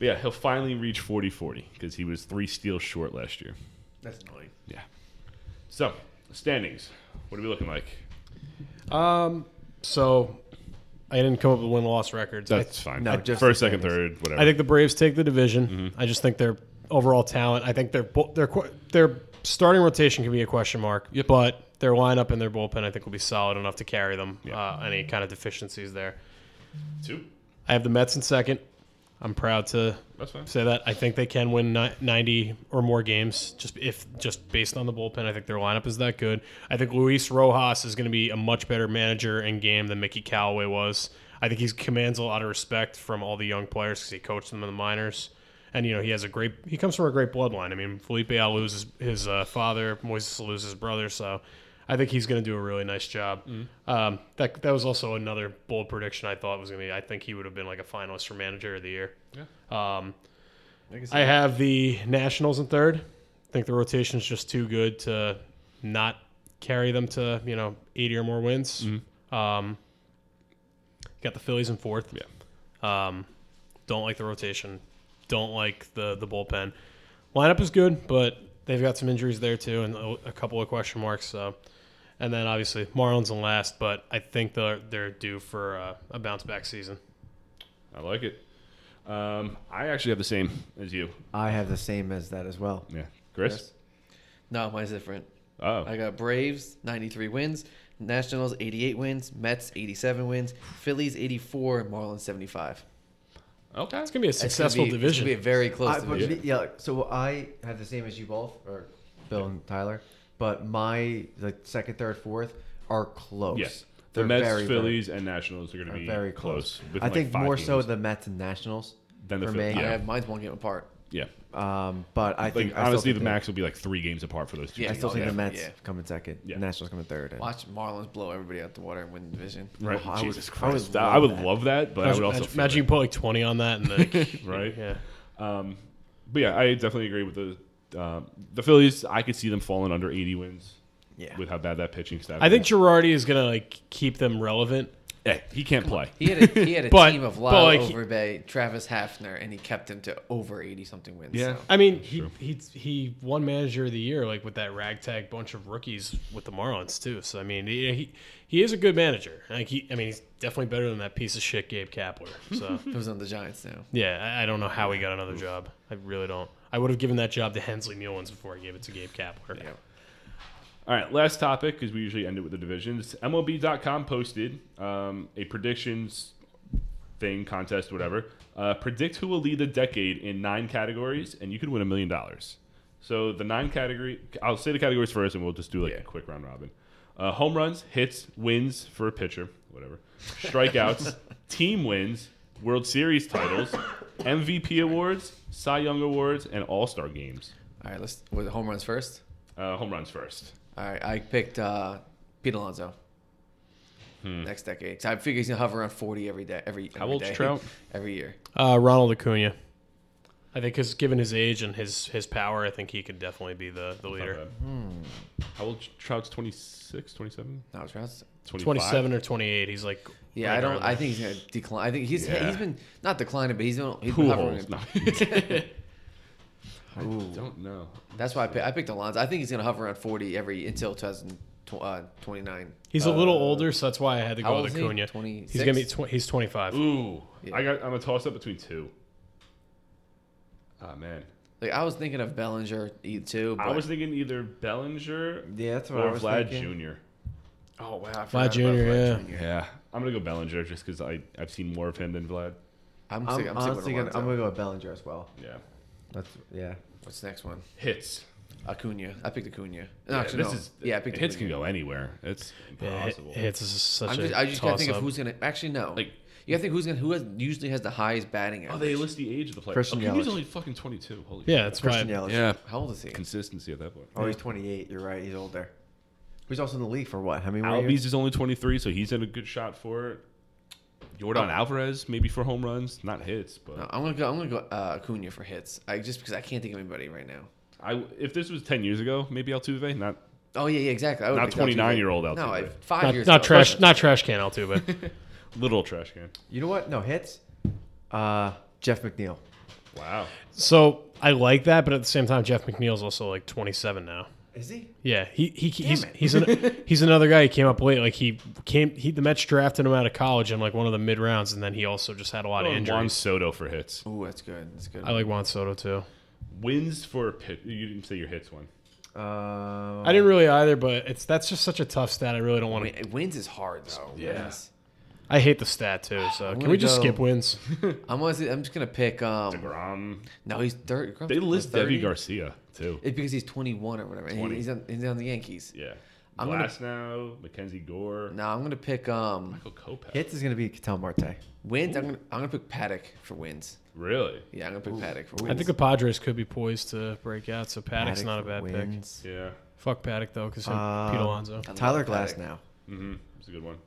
A: yeah, he'll finally reach 40 40 because he was three steals short last year.
C: That's annoying.
A: Yeah. So, standings. What are we looking like?
D: Um, so I didn't come up with win loss records. I,
A: That's fine.
B: no,
A: I-
B: just
A: first,
B: the
A: second,
B: standings.
A: third, whatever.
D: I think the Braves take the division. I just think their overall talent. I think their bu- their qu- their starting rotation can be a question mark, but their lineup and their bullpen I think will be solid enough to carry them. Uh, any kind of deficiencies there.
A: two.
D: I have the Mets in second. I'm proud to
A: That's fine.
D: say that. I think they can win ni- 90 or more games just if just based on the bullpen. I think their lineup is that good. I think Luis Rojas is going to be a much better manager in game than Mickey Callaway was. I think he commands a lot of respect from all the young players because he coached them in the minors. And you know he has a great. He comes from a great bloodline. I mean, Felipe Alou is his uh, father. Moises Alou is his brother. So I think he's going to do a really nice job. Um, that that was also another bold prediction I thought was going to be. I think he would have been like a finalist for manager of the year. Yeah. Um, I have the Nationals in third. I think the rotation's just too good to not carry them to you know 80 or more wins.
A: Mm-hmm.
D: Um, got the Phillies in fourth. Yeah. Um, don't like the rotation. Don't like the the bullpen. Lineup is good, but they've got some injuries there too, and a a couple of question marks. So, and then obviously Marlins in last, but I think they're they're due for uh, a bounce back season.
A: I like it. Um, I actually have the same as you.
B: I have the same as that as well.
A: Yeah, Chris.
C: No, mine's different.
A: Oh,
C: I got Braves 93 wins, Nationals 88 wins, Mets 87 wins, Phillies 84, and Marlins 75.
A: okay.
D: It's gonna be a
C: It's gonna
D: successful
C: be- It's
D: division.
C: gonna be a very close
B: I, but
C: division.
B: me- yeah, so I have the same as you both, or Bill and Tyler, but my like second, third, fourth are close.
A: Yes. The
B: They're
A: Mets,
B: very, very-
A: Phillies, and Nationals are going to
B: are
A: be
B: very
A: close.
B: close.
A: within,
B: I
A: like,
B: think
A: five
B: more so
A: games.
B: the Mets and Nationals
A: Than the
B: for
A: Phil-
B: me.
C: I
A: yeah.
C: have mine's one game apart.
A: yeah.
B: Um, but I
A: Like
B: think I still
A: honestly,
B: think
A: the max will be like three games apart for those two.
B: I
C: Yeah.
A: teams.
B: still think
C: Yeah.
B: the Mets
C: Yeah.
B: come in second.
A: Yeah.
B: Nationals come in third. and-
C: Watch Marlins blow everybody out the water and win the division.
A: Right.
B: I would-
A: Jesus
B: I would
A: Christ.
B: love
A: I would
B: that.
A: love that, but I would
D: Imagine,
A: also
D: imagine,
A: feel
D: you put like 20 on that and
A: [laughs]
D: like,
A: that, right.
D: yeah.
A: Um, but yeah, I definitely agree with the um, the Phillies. I could see them falling under 80 wins
B: Yeah.
A: with how bad that pitching staff.
D: I think
A: is.
D: Girardi is gonna like keep them relevant.
A: Eh, he can't play.
C: He had a, he
D: [laughs]
C: had a
D: But-
C: team of
D: but,
C: Lyle
D: like, he-
C: Overbay, Travis Hafner, and he kept him to over 80 something wins.
A: Yeah.
C: so.
D: I mean, he he he won Manager of the Year like with that ragtag bunch of rookies with the Marlins too. So I mean, he he, he is a good manager. Like he, I mean, he's definitely better than that piece of shit Gabe Kapler. So
C: Who's on the Giants now?
D: yeah, I, I don't know how he got another job. I really don't. I would have given that job to Hensley Mullins before I gave it to Gabe Kapler.
A: All right, last topic because we usually end it with the divisions. MLB.com posted um, a predictions thing, contest, whatever. Uh, predict who will lead the decade in nine categories, and you could win a million dollars. So the nine category, I'll say the categories first, and we'll just do like a quick round robin. Uh, home runs, hits, wins for a pitcher, whatever. Strikeouts, team wins, World Series titles, MVP awards, Cy Young awards, and All Star games.
C: All right, let's with home runs first.
A: Uh, home runs first.
C: All right, I picked uh, Pete Alonso. Next decade, so I figure he's gonna hover around 40 every day. Every, every
A: Hmm. old's
C: day,
A: Trout?
C: [laughs] Every year.
D: Uh, Ronald Acuna. I think, because given his age and his his power, I think he could definitely be the the leader.
A: Hmm. How old Trout's 26, 27?
C: No, Trout's.
A: 25?
D: 27 or 28. He's like
C: Yeah, I
D: right around
C: don't.
D: there.
C: I think he's gonna decline. I think he's
A: Yeah.
C: he's been not declining, but he's been, he's been
A: Cool
C: hovering.
A: holes. No. [laughs] I don't know.
C: That's why I, pick, I picked Alonso. I think he's gonna hover around 40 every until 2029.
D: He's a little older, so that's why I had to
C: how
D: go
C: old
D: with
C: uh, Oh, is he?
D: Acuna.
C: 26?
D: He's gonna be tw- he's twenty five.
A: Ooh,
C: Yeah.
A: I got. I'm a toss up between two. Ah man,
C: Like I was thinking of Bellinger e- too. But,
A: I was thinking either Bellinger
B: Yeah, that's what I
A: or
B: was
A: Vlad
B: thinking.
A: Jr.
C: Oh wow, I forgot
D: Vlad
C: about
D: Jr.,
C: Vlad
D: yeah.
C: Jr.
A: Yeah, I'm gonna go Bellinger just because I I've seen more of him than Vlad.
C: I'm,
B: I'm,
C: sick, I'm sick
B: honestly
C: with
B: gonna,
C: Alonso.
B: I'm gonna go with Bellinger as well.
A: Yeah,
B: That's yeah.
C: What's the next one?
A: hits.
C: Acuna. I picked Acuna. No,
A: Yeah,
C: actually,
A: this
C: no.
A: is
C: yeah, I picked
A: hits can
C: Acuna.
A: go anywhere. It's impossible.
D: It's such
C: I'm
D: a
C: just, I just gotta
D: toss
C: think
D: up.
C: of who's gonna. Actually, no.
A: Like-
C: you gotta think who's gonna who has, usually has the highest batting
A: Oh,
C: average.
A: they list the age of the player.
B: Christian
A: oh, he's
B: Yelich.
A: only fucking 22. Holy
D: yeah, that's
B: Christian
D: right.
B: Yelich.
A: yeah.
C: How old is he?
A: Consistency at that point.
B: Oh, he's 28. You're right. He's older. He's also in the league for what? How many more years?
A: Albies is only 23, so he's in a good shot for it. Jordan Alvarez, maybe for home runs, not hits, but
C: Oh. No, I'm gonna go. I'm gonna go uh, Acuna for hits. I just because I can't think of anybody right now.
A: I if this was 10 years ago, maybe Altuve, not
C: Oh yeah, yeah, exactly. I would
A: Not
C: pick Altuve.
A: 29-year-old Altuve.
C: No, I, five
D: Not,
C: years.
D: not
C: ago.
D: trash, not trash can I'll too, but
A: little trash can.
B: You know what? No hits. Uh, Jeff McNeil.
A: Wow.
D: so I like that, but at the same time, Jeff McNeil's also like twenty seven now.
B: Is he?
D: Yeah, he, he he's
B: it.
D: he's an, he's another guy. He came up late. Like he came, he the Mets drafted him out of college in like one of the mid rounds, and then he also just had a lot of
A: Oh, And Juan
D: injuries.
A: Soto for hits.
C: Ooh, that's good. That's good.
D: I like Juan Soto too.
A: Wins for pit. You didn't say your hits one.
B: Um,
D: I didn't really either, but it's that's just such a tough stat. I really don't
C: I
D: want
C: mean,
D: to.
C: it wins is hard though.
A: Yeah.
C: Wins.
D: I hate the stat too. So can
C: gonna
D: we just
C: go-
D: skip wins?
C: I'm honestly, I'm just gonna pick. Um,
A: Grom.
C: no, he's thirty.
A: They list Debbie
C: Garcia.
A: Garcia too.
C: It's because he's 21 or whatever. and he-
A: 20.
C: He's, on, he's on the Yankees.
A: Yeah.
C: I'm gonna-
A: Glass now, Mackenzie Gore,
C: No, I'm gonna pick um
A: Michael Kopech.
B: Hits is going to be Catal Marte.
C: wins. I'm gonna I'm gonna pick Paddock for wins.
A: Really?
C: Yeah, I'm gonna pick Paddock for
D: I
C: wins.
D: think the Padres could be poised to break out, so Paddock's
B: Paddock
D: not a bad pick.
B: wins.
A: Yeah.
D: Fuck Paddock though, because
B: Um,
A: Uh,
D: Pete Alonso.
C: I love
B: Tyler Glass
C: Paddock.
B: now.
A: Mm-hmm. It's a good one.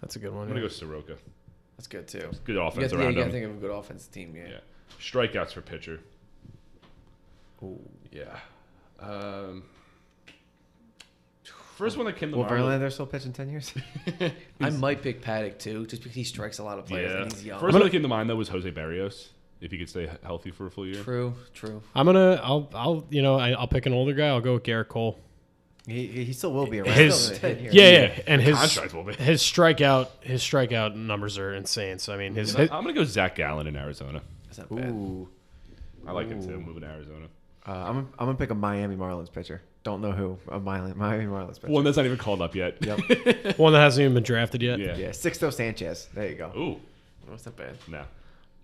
D: That's a good one.
A: I'm gonna
D: yeah.
A: go Soroka.
C: That's good too.
A: Good
C: You
A: offense
C: got, yeah,
A: around
C: you got to
A: him.
C: think of a good offensive team. Yeah.
A: Yeah. Strikeouts for pitcher.
B: Ooh.
A: Yeah. Um. First one that came to
B: Will
A: mind.
B: Verlander still pitch in 10 years?
C: I might pick Paddock too, just because he strikes a lot of players
A: Yeah.
C: and he's young.
A: First one that came to mind though was Jose Barrios. If he could stay he- healthy for a full year.
C: true, true.
D: I'm gonna. I'll. I'll. You know. I, I'll pick an older guy. I'll go with Garrett Cole.
B: he, he he still will be around.
D: His-
B: Still in 10 years.
D: Yeah, yeah. And his
A: Contract will be.
D: [laughs] his strikeout his strikeout numbers are insane. So I mean, his,
A: I'm gonna go Zach Gallen in Arizona.
C: That's not bad.
B: Ooh.
A: I like him too. Moving to Arizona.
B: Uh, I'm, I'm going to pick a Miami Marlins pitcher. Don't know who. A Miami, Miami Marlins pitcher.
A: One that's not even called up yet.
D: [laughs]
B: Yep.
D: one that hasn't even been drafted yet.
A: yeah.
B: yeah, Sixto Sanchez. There you go.
A: Ooh.
C: That's not bad.
A: No.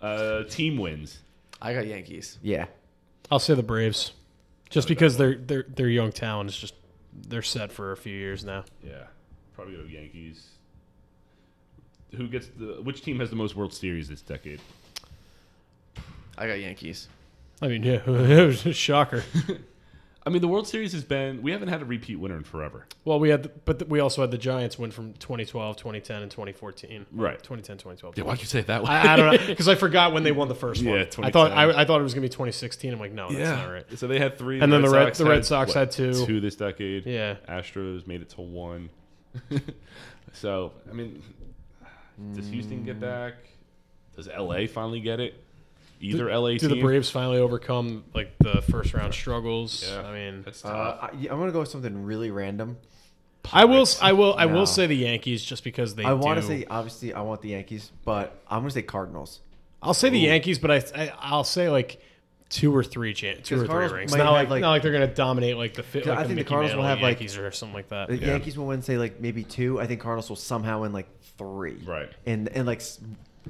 A: Uh, team wins.
C: I got Yankees.
B: Yeah.
D: I'll say the Braves, just because their their their young talent is just they're set for a few years now.
A: Yeah. Probably go Yankees. Who gets the? Which team has the most World Series this decade?
C: I got Yankees.
D: I mean, yeah, [laughs] it was a shocker.
A: I mean, the World Series has been. We haven't had a repeat winner in forever.
D: Well, we had, the, but the, we also had the Giants win from 2012, 2010, and 2014.
A: Right.
D: 2010, 2012.
A: why'd you say it that way?
D: I, I [laughs] don't know because I forgot when they won the
A: [laughs]
D: first
A: Yeah,
D: one. I thought
A: 2010.
D: I, I thought it was gonna be 2016. I'm like, no, that's not right.
A: So they had three,
D: And then the Red- the Red Sox
A: what,
D: had two.
A: two this decade.
D: Yeah.
A: Astros made it to one. [laughs] so I mean, does Houston
D: Mm.
A: get back? Does LA finally get it? Either LA
D: Do the
A: team.
D: Braves finally overcome like the first round struggles?
A: Yeah.
D: I mean,
A: That's
B: Uh,
A: tough.
B: I, yeah, I'm going to go with something really random.
D: I will, s- I will, I
B: No.
D: will say the Yankees just because they.
B: I want to
D: do.
B: say, obviously, I want the Yankees, but I'm going to say Cardinals.
D: I'll say the Yankees, but I, I I'll say like two or three, chan- two
B: Because
D: or three
B: Cardinals
D: rings.
B: might
D: Not
B: have,
D: like,
B: like-
D: not like they're gonna dominate like the fit.
B: Yeah,
D: Like
B: I
D: the
B: think the
D: Mickey
B: Cardinals will
D: Mantle
B: have, like-
D: Yankees or something like that.
B: The Yankees will win, say like maybe two. I think Cardinals will somehow win like three.
A: Right.
B: And and like s-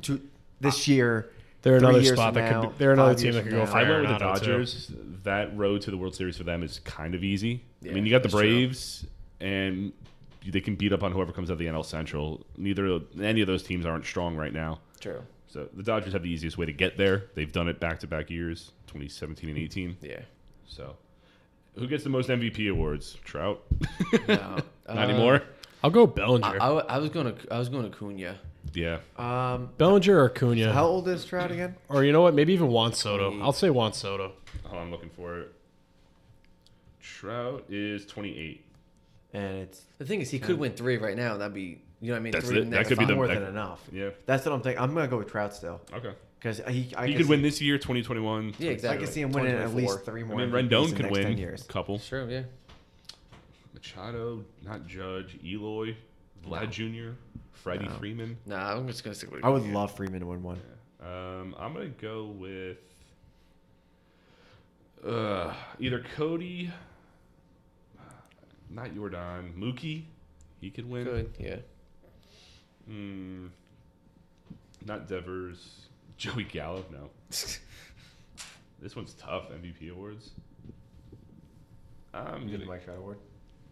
B: two this year.
D: They're
B: three
D: another
B: years
D: spot
B: from
D: that could
B: now,
D: be- they're another
B: five
D: team
B: years
D: that
B: from
D: could go
B: now.
A: I went with the
D: Arenado, too.
A: Dodgers. That road to the World Series for them is kind of easy. I mean,
C: Yeah,
A: you got the
C: that's true.
A: Braves, and they can beat up on whoever comes out of the NL Central. Neither any of those teams aren't strong right now.
C: True.
A: So the Dodgers have the easiest way to get there. They've done it back to back years, 2017 and 18. [laughs]
C: Yeah.
A: So who gets the most MVP awards? Trout. [laughs]
C: No.
A: Not anymore.
D: I'll go
C: Um, uh, I,
D: Bellinger,
C: I, wa- I was going to I was going to Cunha.
A: Yeah.
B: Um,
D: Bellinger or Cunha,
B: how old is Trout again?
D: or you know what? Maybe even Juan Soto. I'll say Juan Soto.
A: Oh, I'm looking for it. Trout is 28.
B: And it's
C: The thing is, he could win three right now, and that'd be you know what I mean.
A: That's
C: three
A: it.
C: in
A: That
C: next
A: could be
C: five.
A: the-
B: more
A: that-
B: than enough.
A: Yeah.
B: That's what I'm thinking. I'm gonna go with Trout still
A: Okay.
B: because he I
A: He
B: can
A: could
B: see-
A: win this year, 2021.
C: Yeah,
B: I
C: exactly.
B: can see him winning at
C: 2024.
B: least three
A: I
B: more.
A: mean,
B: MVPs in
A: Rendon
B: the
A: could
B: next 10
A: win a
B: years.
A: couple.
C: Sure. Yeah.
A: Machado, not Judge, Eloy, Vlad Jr., Freddie Freeman.
C: Nah, I'm just gonna stick with.
B: I would love Freeman to win one.
A: Um, I'm gonna go with uh, either Cody, not Jordan, Mookie. He could win.
C: Good. Yeah.
A: Mm, not Devers. [laughs] Joey Gallo. [laughs] No. this one's tough. MVP awards. I'm gonna.
B: Mike Trout award.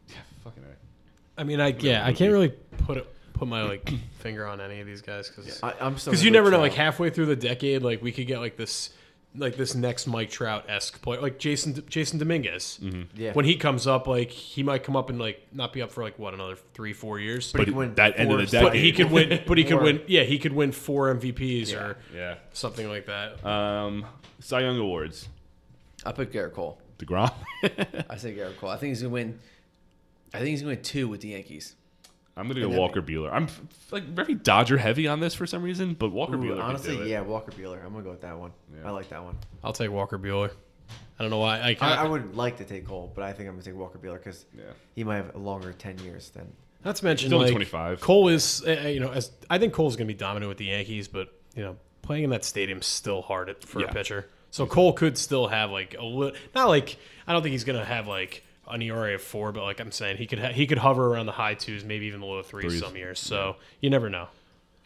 A: Yeah, fucking. A.
D: I mean, I yeah, I
A: Mookie.
D: can't really put it, put my like [coughs] finger on any of these guys because
B: I, I'm still
D: because
B: gonna
D: you
B: go
D: never know.
B: Trout.
D: Like halfway through the decade, like we could get like this, like this next Mike Trout esque player, like Jason Jason Dominguez.
B: Yeah.
D: When he comes up, like he might come up and like not be up for like what another three four years,
B: But
D: but,
B: he could win
A: But that end of
B: four
A: the
B: straight.
A: decade.
D: he could win. But he could
B: Or-
D: win. Yeah, he could win four MVPs or
A: [laughs] Yeah.
D: something like that.
A: Um, Cy Young awards.
C: I put Garrett Cole.
A: [laughs] Degrom.
C: I say Garrett Cole. I think he's gonna win. I think he's gonna win two with the Yankees.
A: I'm gonna go
C: And then-
A: Walker Bueller. I'm f- like very Dodger heavy on this for some reason, but Walker Bueller.
B: Ooh,
A: could do it.
B: honestly, yeah, Walker Bueller. I'm gonna go with that one.
A: Yeah.
B: I like that one.
D: I'll take Walker Bueller. I don't know why. I,
B: I,
D: can't,
B: I would like to take Cole, but I think I'm gonna take Walker Bueller because
A: Yeah.
B: he might have a longer ten years than.
D: Not to mention,
A: He's only
D: like,
A: 25.
D: Cole is, uh, uh, you know, as I think Cole's going to be dominant with the Yankees, but you know, playing in that stadium's still hard at- for
A: Yeah.
D: a pitcher. So Cole could still have like a little, not like I don't think he's going to have like an ERA of four, but like I'm saying, he could ha- he could hover around the high twos, maybe even the low threes,
A: Threes.
D: some years. So you never know.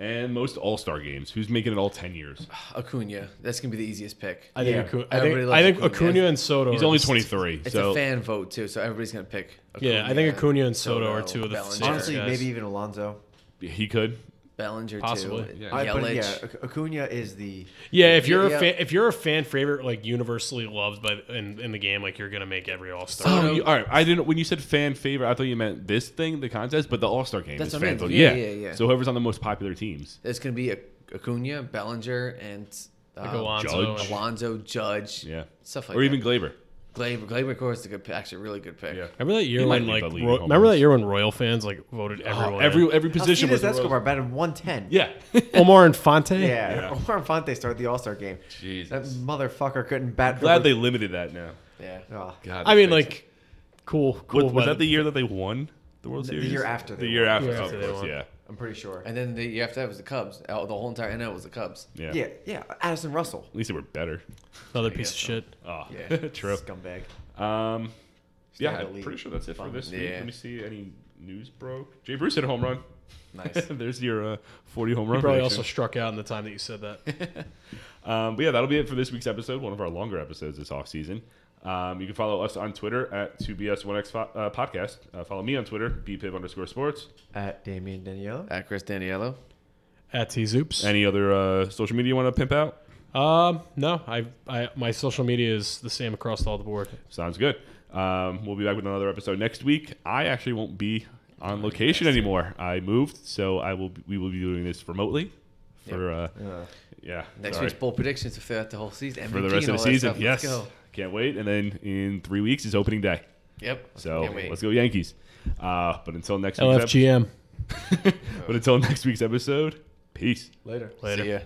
A: and most All Star games. Who's making it all ten years?
C: Acuna. That's gonna be the easiest pick.
D: I think
B: Yeah.
D: Acuna, I
C: Everybody
D: think,
C: loves
D: I think
C: Acuna.
D: Acuna and Soto.
A: He's
D: are
A: only
D: just-
A: twenty three.
C: It's
A: So
C: a fan vote too, so everybody's gonna pick.
D: Yeah, I think Acuna and Soto, are two of the
C: Bellinger.
D: safe
B: Honestly,
D: guys.
B: maybe even Alonzo.
A: he could.
C: Bellinger
D: Possibly.
C: too.
A: Yeah.
B: I, but
C: Yelich.
B: yeah, Ac- Acuna is the
D: Yeah, if
C: Yeah,
D: you're
C: yeah.
D: a fan, if you're a fan favorite, like universally loved by in, in the game, like you're gonna make every All Star.
A: Oh, you, all right. I didn't. When you said fan favorite, I thought you meant this thing, the contest, but the All Star game
C: That's
A: is
C: what I
A: fan
C: meant.
A: vote.
C: Yeah,
A: Yeah.
C: yeah, yeah.
A: So whoever's on the most popular teams.
C: It's gonna be Acuna, Bellinger, and
D: like
C: um,
D: Alonso.
A: Judge.
C: Alonso, Judge,
A: Yeah.
C: stuff like
A: or
C: that.
A: even Glaber.
C: Glaber. Glaber, of course, is a good, pick- actually, a really good pick.
A: Yeah.
D: Remember that
A: He
D: year
A: might
D: when
A: lead
D: like
A: the league in
D: Ro-
A: home
D: remember that
A: runs.
D: year when Royal fans like voted everyone.
A: every
D: in?
A: every position was.
B: Alcides
A: a row-
B: Escobar batted 110.
A: Yeah.
D: [laughs] Omar Infante.
A: [laughs]
B: Yeah, Omar Infante started the All Star game. That
A: Jesus.
B: motherfucker couldn't
A: [laughs]
B: bat.
A: Glad
B: over-
A: they limited that now.
C: Yeah.
B: Oh.
A: God.
D: I mean
A: thanks.
D: like, cool, cool.
A: Was, was
D: by
A: that the year that they won the World
B: The- the
A: Series?
B: year after they
A: The year
B: won.
A: after.
D: Yeah.
A: oh,
D: After
A: of
D: they
A: course,
D: won.
A: yeah.
B: I'm pretty sure.
C: And then the year after that was the Cubs. Oh, the whole entire NL was the Cubs.
A: yeah.
B: yeah, yeah. Addison Russell.
A: At least they were better.
D: another
C: I guess
D: piece of
C: so.
D: shit?
A: Oh,
C: Yeah.
A: [laughs] true.
B: Scumbag.
A: Um, yeah,
B: out of the
A: I'm
B: league.
A: pretty sure that's it for
B: Fun.
A: this week.
C: Yeah.
A: Let me see any news broke. Jay Bruce hit a home run.
C: Nice.
A: [laughs] There's your uh, 40 home run.
D: You probably
A: prediction.
D: also struck out in the time that you said that.
A: [laughs] Um, but yeah, that'll be it for this week's episode, one of our longer episodes this offseason. Um, you can follow us on Twitter at 2BS1X uh, Podcast. Uh, follow me on Twitter, bpiv underscore sports.
B: At Damien Danielle.
C: At Chris Daniello.
D: At T Zoops.
A: Any other uh, social media you want to pimp out?
D: Um, no, I, I, my social media is the same across all the board.
A: Sounds good. Um, we'll be back with another episode next week. I actually won't be on location anymore. I moved, so I will. We will be doing this remotely for uh,
B: Uh,
A: yeah
C: Next
A: sorry.
C: week's bold predictions for throughout the whole season.
A: for the
C: MVP
A: rest of
C: and
A: the
C: all that
A: season.
C: stuff.
A: Yes,
C: Let's go.
A: can't wait. And then in three weeks is opening day,
C: Yep.
A: so
C: Can't wait.
A: let's go Yankees. Uh, but until next week's episode,
D: LFGM.
A: [laughs] but until next week's episode, peace.
B: later.
D: Later.
C: See ya.